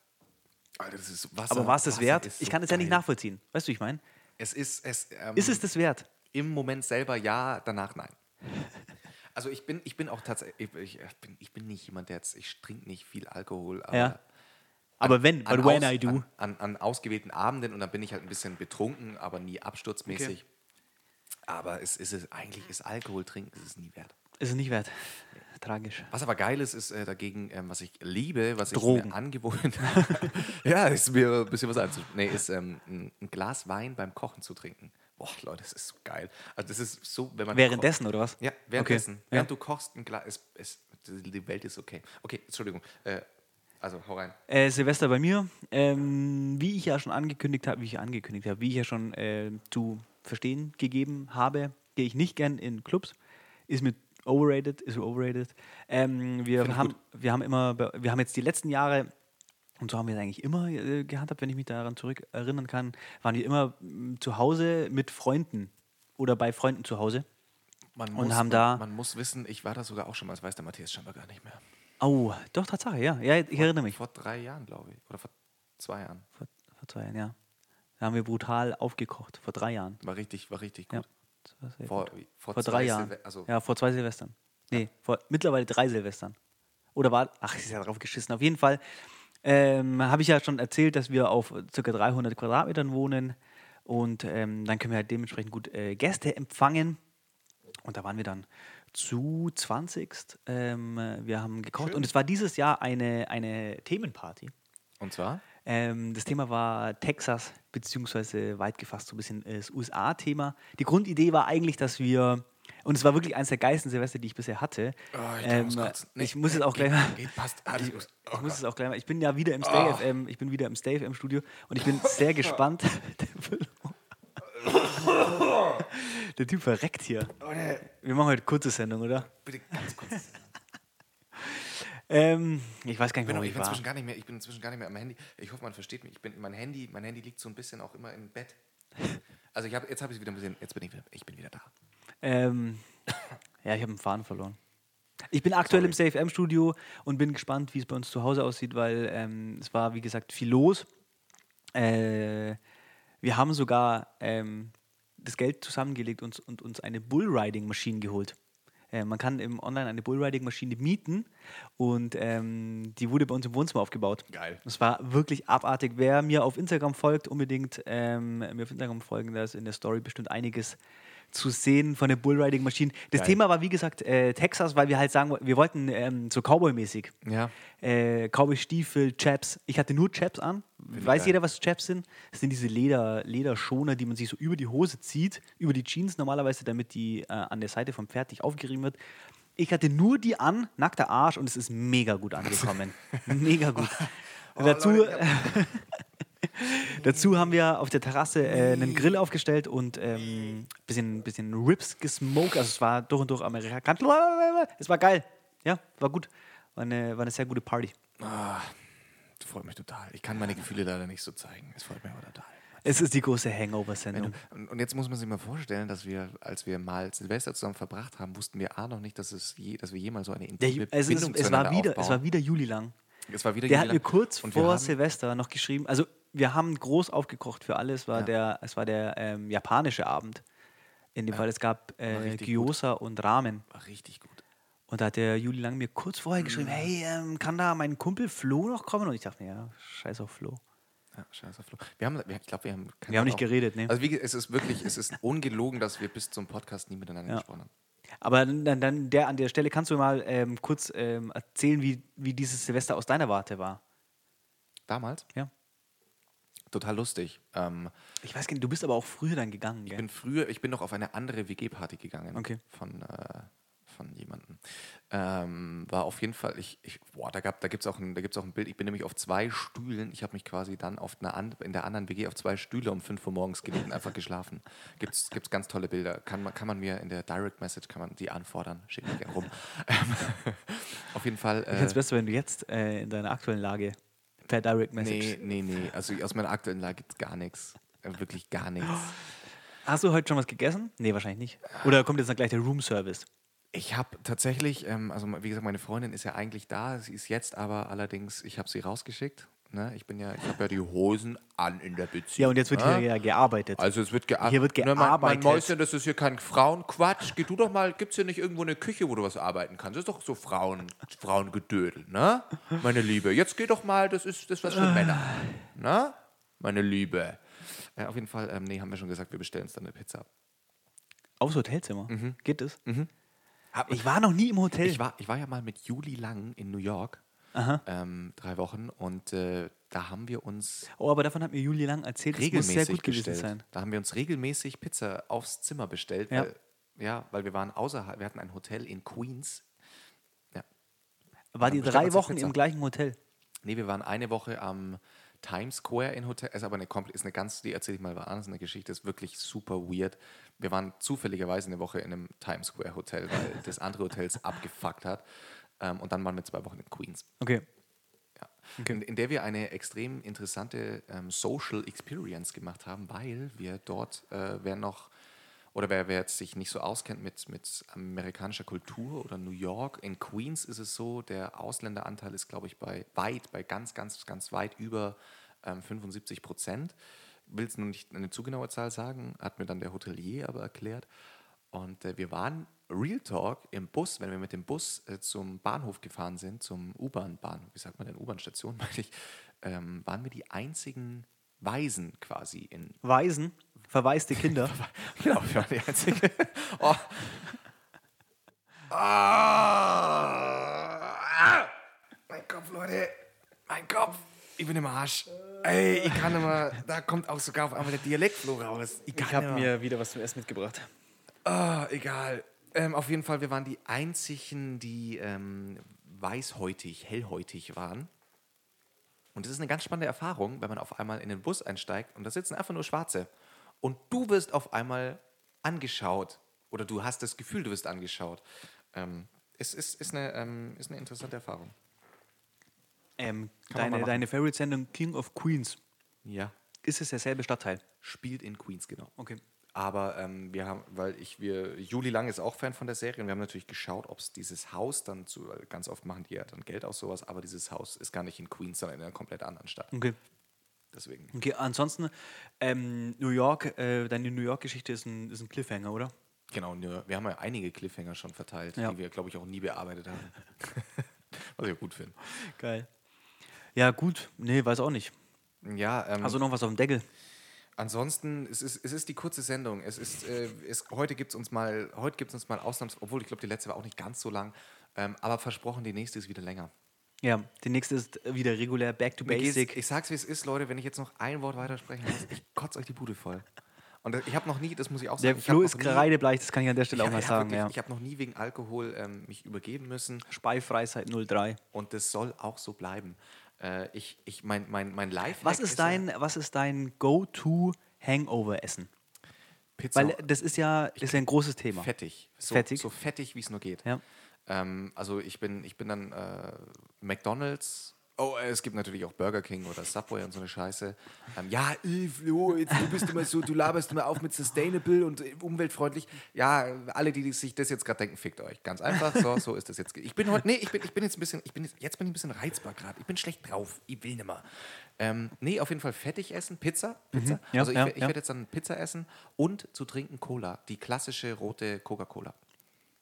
Speaker 3: Alter, das ist Wasser.
Speaker 2: Aber war es das
Speaker 3: Wasser
Speaker 2: wert?
Speaker 3: ist so
Speaker 2: Ich kann es ja nicht
Speaker 3: geil. Mhm.
Speaker 2: nachvollziehen. Weißt du, wie ich meine?
Speaker 3: Es ist, es, ähm,
Speaker 2: Ist es das wert?
Speaker 3: im Moment selber ja, danach nein. Also ich bin, ich bin auch tatsächlich, ich, ich, bin, ich bin nicht jemand, der jetzt, ich trinke nicht viel Alkohol, aber
Speaker 2: Ja. Aber wenn, but when
Speaker 3: aus-
Speaker 2: I do.
Speaker 3: An, an, an ausgewählten Abenden und dann bin ich halt ein bisschen betrunken, aber nie absturzmäßig. Aber es ist es, eigentlich ist Alkohol trinken, es ist nie wert.
Speaker 2: Ist es nicht wert. Tragisch.
Speaker 3: Was aber geil ist, ist äh, dagegen, ähm, was ich liebe, was ich
Speaker 2: Drogen.
Speaker 3: mir angewohnt <laughs> habe. ja, ist mir ein bisschen was einzusprechen. Nee, ist ähm, ein, ein Glas Wein beim Kochen zu trinken. Boah, Leute, das ist so geil. Also das ist so, wenn man
Speaker 2: Währenddessen, oder was?
Speaker 3: Ja,
Speaker 2: Okay.
Speaker 3: währenddessen.
Speaker 2: Ja.
Speaker 3: Während du kochst, ein Glas. Es, es, die Welt ist okay. Okay, Entschuldigung. Äh, also, hau rein.
Speaker 2: Äh, Silvester bei mir, ähm, wie ich ja schon angekündigt habe, wie ich angekündigt habe, wie ich ja schon äh, zu verstehen gegeben habe, gehe ich nicht gern in Clubs. Ist mir overrated, ist mir overrated. Ähm, wir, haben, wir haben immer, be- wir haben jetzt die letzten Jahre, und so haben wir es eigentlich immer äh, gehandhabt, wenn ich mich daran zurück erinnern kann, waren wir immer mh, zu Hause mit Freunden oder bei Freunden zu Hause.
Speaker 3: Man
Speaker 2: Und haben da-
Speaker 3: Man muss wissen, ich war da sogar auch schon mal, das weiß der Matthias scheinbar gar nicht mehr.
Speaker 2: Oh, doch, Tatsache, ja. Ja, ich erinnere mich.
Speaker 3: Vor drei Jahren, glaube ich. Oder vor zwei Jahren.
Speaker 2: Vor, vor zwei Jahren, ja. Da haben wir brutal aufgekocht, vor drei Jahren.
Speaker 3: War richtig, war richtig
Speaker 2: Ja.
Speaker 3: gut.
Speaker 2: Das war sehr
Speaker 3: Vor-
Speaker 2: gut.
Speaker 3: vor
Speaker 2: vor
Speaker 3: zwei
Speaker 2: drei Jahren.
Speaker 3: Silve- also-
Speaker 2: ja, vor zwei Silvestern. Nee, vor mittlerweile drei Silvestern. Oder war. Ach, ist ja drauf geschissen. Auf jeden Fall ähm, habe ich ja schon erzählt, dass wir auf ca. 300 Quadratmetern wohnen. Und ähm, dann können wir halt dementsprechend gut äh, Gäste empfangen. Und da waren wir dann zu 20. Ähm, wir haben gekocht. Und es war dieses Jahr eine, eine Themenparty.
Speaker 3: Und zwar?
Speaker 2: Ähm, das Thema war Texas, beziehungsweise weit gefasst so ein bisschen äh, das USA-Thema. Die Grundidee war eigentlich, dass wir, und es war wirklich eins der geilsten Silvester, die ich bisher hatte.
Speaker 3: Ah, ich glaub, ich
Speaker 2: ähm,
Speaker 3: muss kotzen. Nee,
Speaker 2: ich muss jetzt auch
Speaker 3: geht-
Speaker 2: gleich mal.
Speaker 3: geht, passt. Ah,
Speaker 2: ich,
Speaker 3: ich muss- oh
Speaker 2: ich muss es auch gleich mal. Ich bin ja wieder im Stay FM, ich bin wieder im Stay FM Studio und ich
Speaker 3: <laughs>
Speaker 2: bin sehr gespannt. Der Willow- Der Typ verreckt hier.
Speaker 3: Oh,
Speaker 2: Wir machen heute kurze Sendung, oder?
Speaker 3: Bitte ganz kurz. Ich
Speaker 2: Ähm, ich weiß gar nicht,
Speaker 3: bin,
Speaker 2: mehr,
Speaker 3: auch,
Speaker 2: wo
Speaker 3: ich,
Speaker 2: ich
Speaker 3: bin
Speaker 2: war.
Speaker 3: inzwischen gar nicht mehr, ich bin inzwischen gar nicht mehr am Handy. Ich hoffe, man versteht mich. Ich bin, mein, Handy, mein Handy liegt so ein bisschen auch immer im Bett. Also ich hab, jetzt habe ich wieder ein bisschen, jetzt bin ich wieder, ich bin wieder da.
Speaker 2: Ähm, ja, ich habe einen Faden verloren. Ich bin aktuell im SafeM-Studio und bin gespannt, wie es bei uns zu Hause aussieht, weil ähm, es war, wie gesagt, viel los. Äh, wir haben sogar ähm, das Geld zusammengelegt und, und uns eine Bullriding-Maschine geholt. Äh, man kann im Online eine Bullriding-Maschine mieten und ähm, die wurde bei uns im Wohnzimmer aufgebaut.
Speaker 3: Geil.
Speaker 2: Das war wirklich abartig. Wer mir auf Instagram folgt, unbedingt ähm, mir auf Instagram folgen, da ist in der Story bestimmt einiges zu sehen von der Bullriding-Maschine. Das
Speaker 3: Geil.
Speaker 2: Thema war, wie gesagt, äh, Texas, weil wir halt sagen, wo- wir wollten ähm, so Cowboy-mäßig.
Speaker 3: Ja.
Speaker 2: Äh, Cowboy-Stiefel, Chaps. Ich hatte nur Chaps an. Weiß
Speaker 3: geil.
Speaker 2: jeder, was Chaps sind? Das sind diese Leder, Lederschoner, die man sich so über die Hose zieht, über die Jeans normalerweise, damit die äh, an der Seite vom Pferd nicht aufgerieben wird. Ich hatte nur die an, nackter Arsch und es ist mega gut
Speaker 3: <laughs>
Speaker 2: angekommen. mega gut. dazu,
Speaker 3: Oh, Leute, ich
Speaker 2: <laughs> dazu haben wir auf der Terrasse äh, einen Grill aufgestellt und ein ähm, bisschen, bisschen Ribs gesmoked. Also es war durch und durch amerikanisch. Es war geil. Ja, war gut. War eine, war eine sehr gute Party.
Speaker 3: Das freut mich total. Ich kann meine Gefühle leider nicht so zeigen. Es freut mich aber total.
Speaker 2: Es ist die große Hangover-Sendung.
Speaker 3: Und und jetzt muss man sich mal vorstellen, dass wir, als wir mal Silvester zusammen verbracht haben, wussten wir A noch nicht, dass, es je, dass wir jemals so eine
Speaker 2: Der,
Speaker 3: intime
Speaker 2: Ju- also es, ist,
Speaker 3: Bindung
Speaker 2: es, war
Speaker 3: zueinander
Speaker 2: wieder, es war
Speaker 3: aufbauen.
Speaker 2: wieder Juli lang.
Speaker 3: Es war wieder
Speaker 2: Der
Speaker 3: Juli
Speaker 2: hat mir
Speaker 3: lang.
Speaker 2: kurz
Speaker 3: Und wir
Speaker 2: vor
Speaker 3: haben-
Speaker 2: Silvester noch geschrieben, also wir haben groß aufgekocht für alle. Es war
Speaker 3: Ja.
Speaker 2: der, es war der ähm, japanische Abend. In dem Fall, es gab äh,
Speaker 3: richtig
Speaker 2: Gyoza und Ramen.
Speaker 3: War richtig gut.
Speaker 2: Und da hat der Juli Lang mir kurz vorher geschrieben,
Speaker 3: Mm.
Speaker 2: hey, ähm, kann da mein Kumpel Flo noch kommen? Und ich dachte, mir, ja, scheiß auf Flo.
Speaker 3: Ja, scheiß auf Flo. Wir haben, wir, ich glaube, wir haben. keine
Speaker 2: Wir haben nicht
Speaker 3: Ahnung.
Speaker 2: geredet, ne?
Speaker 3: Also, wie, ge- es ist wirklich, es ist ungelogen, dass wir bis zum Podcast nie miteinander
Speaker 2: Ja.
Speaker 3: gesprochen haben.
Speaker 2: Aber dann, dann, dann der, an der Stelle kannst du mal ähm, kurz ähm, erzählen, wie, wie dieses Silvester aus deiner Warte war.
Speaker 3: Damals,
Speaker 2: Ja.
Speaker 3: total lustig. Ähm,
Speaker 2: Ich weiß gar nicht, du bist aber auch früher dann gegangen,
Speaker 3: Ich
Speaker 2: gell?
Speaker 3: bin früher, ich bin noch auf eine andere WG-Party gegangen
Speaker 2: Okay.
Speaker 3: von, äh, von jemandem. Ähm, war auf jeden Fall, ich, ich boah, da, gab, da gibt es auch, ein- da gibt's auch ein Bild, ich bin nämlich auf zwei Stühlen, ich habe mich quasi dann auf einer an, in der anderen WG auf zwei Stühle um 5 Uhr morgens gelegt und einfach geschlafen. Gibt es ganz tolle Bilder. Kann man, kann man mir in der Direct Message, kann man die anfordern, schicke ich rum. <laughs> Ähm, auf jeden Fall.
Speaker 2: Ich
Speaker 3: äh,
Speaker 2: find's besser, wenn du jetzt äh, in deiner aktuellen Lage per Direct Message.
Speaker 3: nee, nee, nee, also aus meiner aktuellen Lage gibt es gar nichts. Äh, Wirklich gar nichts.
Speaker 2: Hast du heute schon was gegessen? Nee, wahrscheinlich nicht. Oder kommt jetzt dann gleich der Room Service?
Speaker 3: Ich habe tatsächlich, ähm, also wie gesagt, meine Freundin ist ja eigentlich da, sie ist jetzt aber allerdings, ich habe sie rausgeschickt. Ne? Ich bin ja, ich habe ja die Hosen an in der Beziehung.
Speaker 2: Ja, und jetzt wird
Speaker 3: ne?
Speaker 2: hier ja gearbeitet.
Speaker 3: Also es wird gearbeitet.
Speaker 2: Hier wird
Speaker 3: mein, mein
Speaker 2: gearbeitet.
Speaker 3: Mäuschen, das ist hier kein Frauenquatsch. Geh du doch mal, gibt's hier nicht irgendwo eine Küche, wo du was arbeiten kannst? Das ist doch so Frauen, Frauengedödel, ne? Meine Liebe, jetzt geh doch mal, das ist das ist was für Männer. Ne? Meine Liebe. Ja, auf jeden Fall, ähm, nee, haben wir schon gesagt, wir bestellen uns dann eine Pizza.
Speaker 2: Aufs Hotelzimmer. Geht es? Mhm. Ich war noch nie im Hotel.
Speaker 3: Ich war, ich war ja mal mit Juli Lang in New York. Ähm, drei Wochen und äh, da haben wir uns
Speaker 2: oh, aber davon hat mir Juli lang erzählt, es muss
Speaker 3: regelmäßig
Speaker 2: sehr gut
Speaker 3: bestellt.
Speaker 2: gewesen sein.
Speaker 3: Da haben wir uns regelmäßig Pizza aufs Zimmer bestellt.
Speaker 2: Ja.
Speaker 3: Weil, ja, weil wir waren außerhalb, wir hatten ein Hotel in Queens.
Speaker 2: War die
Speaker 3: bestellt man
Speaker 2: drei
Speaker 3: sich
Speaker 2: Wochen
Speaker 3: Pizza.
Speaker 2: im gleichen Hotel?
Speaker 3: Nee, wir waren eine Woche am Times Square in Hotel. Ist aber eine, kompl- ist eine ganz, die erzähle ich mal wann anders, eine Geschichte, ist wirklich super weird. Wir waren zufälligerweise eine Woche in einem Times Square Hotel,
Speaker 2: <laughs>
Speaker 3: weil das andere Hotel es abgefuckt hat. Ähm, und dann waren wir zwei Wochen in Queens.
Speaker 2: Okay.
Speaker 3: Ja. In, in der wir eine extrem interessante ähm, Social Experience gemacht haben, weil wir dort, äh, wer noch oder wer, wer jetzt sich nicht so auskennt mit, mit amerikanischer Kultur oder New York, in Queens ist es so, der Ausländeranteil ist, glaube ich, bei weit, bei ganz, ganz, ganz weit über ähm, 75 Prozent. Will es nun nicht eine zu genaue Zahl sagen, hat mir dann der Hotelier aber erklärt. Und äh, wir waren Real Talk im Bus, wenn wir mit dem Bus äh, zum Bahnhof gefahren sind, zum U-Bahn-Bahnhof, wie sagt man denn, U-Bahn-Station, <laughs> meine ich, ähm, waren wir die einzigen Waisen quasi in.
Speaker 2: Waisen, verwaiste <laughs> Kinder.
Speaker 3: Genau, wir waren die
Speaker 2: <laughs>
Speaker 3: einzigen. oh. Ah. Ah. Mein Kopf, Leute. Mein Kopf. Ich bin im Arsch. Ey, ich kann immer, da kommt auch sogar auf einmal der Dialektfloh raus. kann
Speaker 2: hab
Speaker 3: nimmer.
Speaker 2: wieder was zum Essen mitgebracht.
Speaker 3: Ah, egal. Ähm, auf jeden Fall, wir waren die einzigen, die ähm, weißhäutig, hellhäutig waren. Und das ist eine ganz spannende Erfahrung, wenn man auf einmal in den Bus einsteigt und da sitzen einfach nur Schwarze. Und du wirst auf einmal angeschaut oder du hast das Gefühl, du wirst angeschaut. Ähm, es ist, ist, eine, ähm, ist eine interessante Erfahrung.
Speaker 2: Ähm, deine
Speaker 3: Kann man mal machen.
Speaker 2: deine Favorite-Sendung King of Queens.
Speaker 3: Ja.
Speaker 2: Ist es derselbe Stadtteil?
Speaker 3: Spielt in Queens, genau.
Speaker 2: Okay.
Speaker 3: Aber ähm, wir haben, weil ich, wir, Juli Lang ist auch Fan von der Serie und wir haben natürlich geschaut, ob es dieses Haus dann zu, weil ganz oft machen die ja dann Geld aus sowas, aber dieses Haus ist gar nicht in Queens, sondern in einer komplett anderen Stadt.
Speaker 2: Okay.
Speaker 3: Deswegen.
Speaker 2: Okay, ansonsten, ähm, New York, äh, deine New York-Geschichte ist ein, ist ein Cliffhanger, oder?
Speaker 3: Genau, nö, wir haben ja einige Cliffhanger schon verteilt,
Speaker 2: Ja.
Speaker 3: die wir, glaube ich, auch nie bearbeitet
Speaker 2: <laughs>
Speaker 3: haben. was ich auch gut finde.
Speaker 2: Geil. Ja, gut. Nee, weiß auch nicht.
Speaker 3: Ja, ähm,
Speaker 2: Also noch was auf dem Deckel.
Speaker 3: Ansonsten, es ist, es ist die kurze Sendung. Es ist, äh, es, heute gibt es uns mal, heute gibt's uns mal Ausnahms, obwohl ich glaube, die letzte war auch nicht ganz so lang, ähm, aber versprochen, die nächste ist wieder länger.
Speaker 2: Ja, die nächste ist wieder regulär, back to
Speaker 3: Mir geht's-
Speaker 2: basic.
Speaker 3: Ich sag's wie es ist, Leute, wenn ich jetzt noch ein Wort weitersprechen muss, ich kotze euch die Bude voll. Und das- ich habe noch nie, das muss ich auch
Speaker 2: Der
Speaker 3: sagen, ich hab
Speaker 2: Flo ist
Speaker 3: noch nie-
Speaker 2: kreidebleich, das kann ich an der Stelle
Speaker 3: Ja,
Speaker 2: auch mal
Speaker 3: ja,
Speaker 2: sagen.
Speaker 3: wirklich,
Speaker 2: Ja.
Speaker 3: Ich habe noch nie wegen Alkohol ähm, mich übergeben müssen.
Speaker 2: Speifrei seit 03.
Speaker 3: Und das soll auch so bleiben. Äh, ich, ich, mein, mein, mein Live.
Speaker 2: Was ist dein, was ist dein Go-To-Hangover-Essen?
Speaker 3: Pizza?
Speaker 2: Weil das ist ja, ist ja ein großes Thema.
Speaker 3: fettig. So
Speaker 2: Fettig?
Speaker 3: fettig, so fettig wie es nur geht.
Speaker 2: Ja.
Speaker 3: Ähm, also ich bin, ich bin dann äh, McDonalds. Oh, äh, es gibt natürlich auch Burger King oder Subway und so eine Scheiße. Ähm, ja, äh, Flo, jetzt, du bist immer so, du laberst immer auf mit sustainable und äh, umweltfreundlich. Ja, äh, alle, die sich das jetzt gerade denken, fickt euch. Ganz einfach, so, so ist das jetzt. ge- Ich bin heute, nee, ich bin, ich bin jetzt ein bisschen, ich bin jetzt, jetzt bin ich ein bisschen reizbar gerade. Ich bin schlecht drauf. Ich will nimmer. Ähm, nee, auf jeden Fall fettig essen, Pizza, Pizza.
Speaker 2: ja,
Speaker 3: also ich,
Speaker 2: ja,
Speaker 3: werd- ich
Speaker 2: ja.
Speaker 3: werde jetzt dann Pizza essen und zu trinken Cola, die klassische rote Coca-Cola.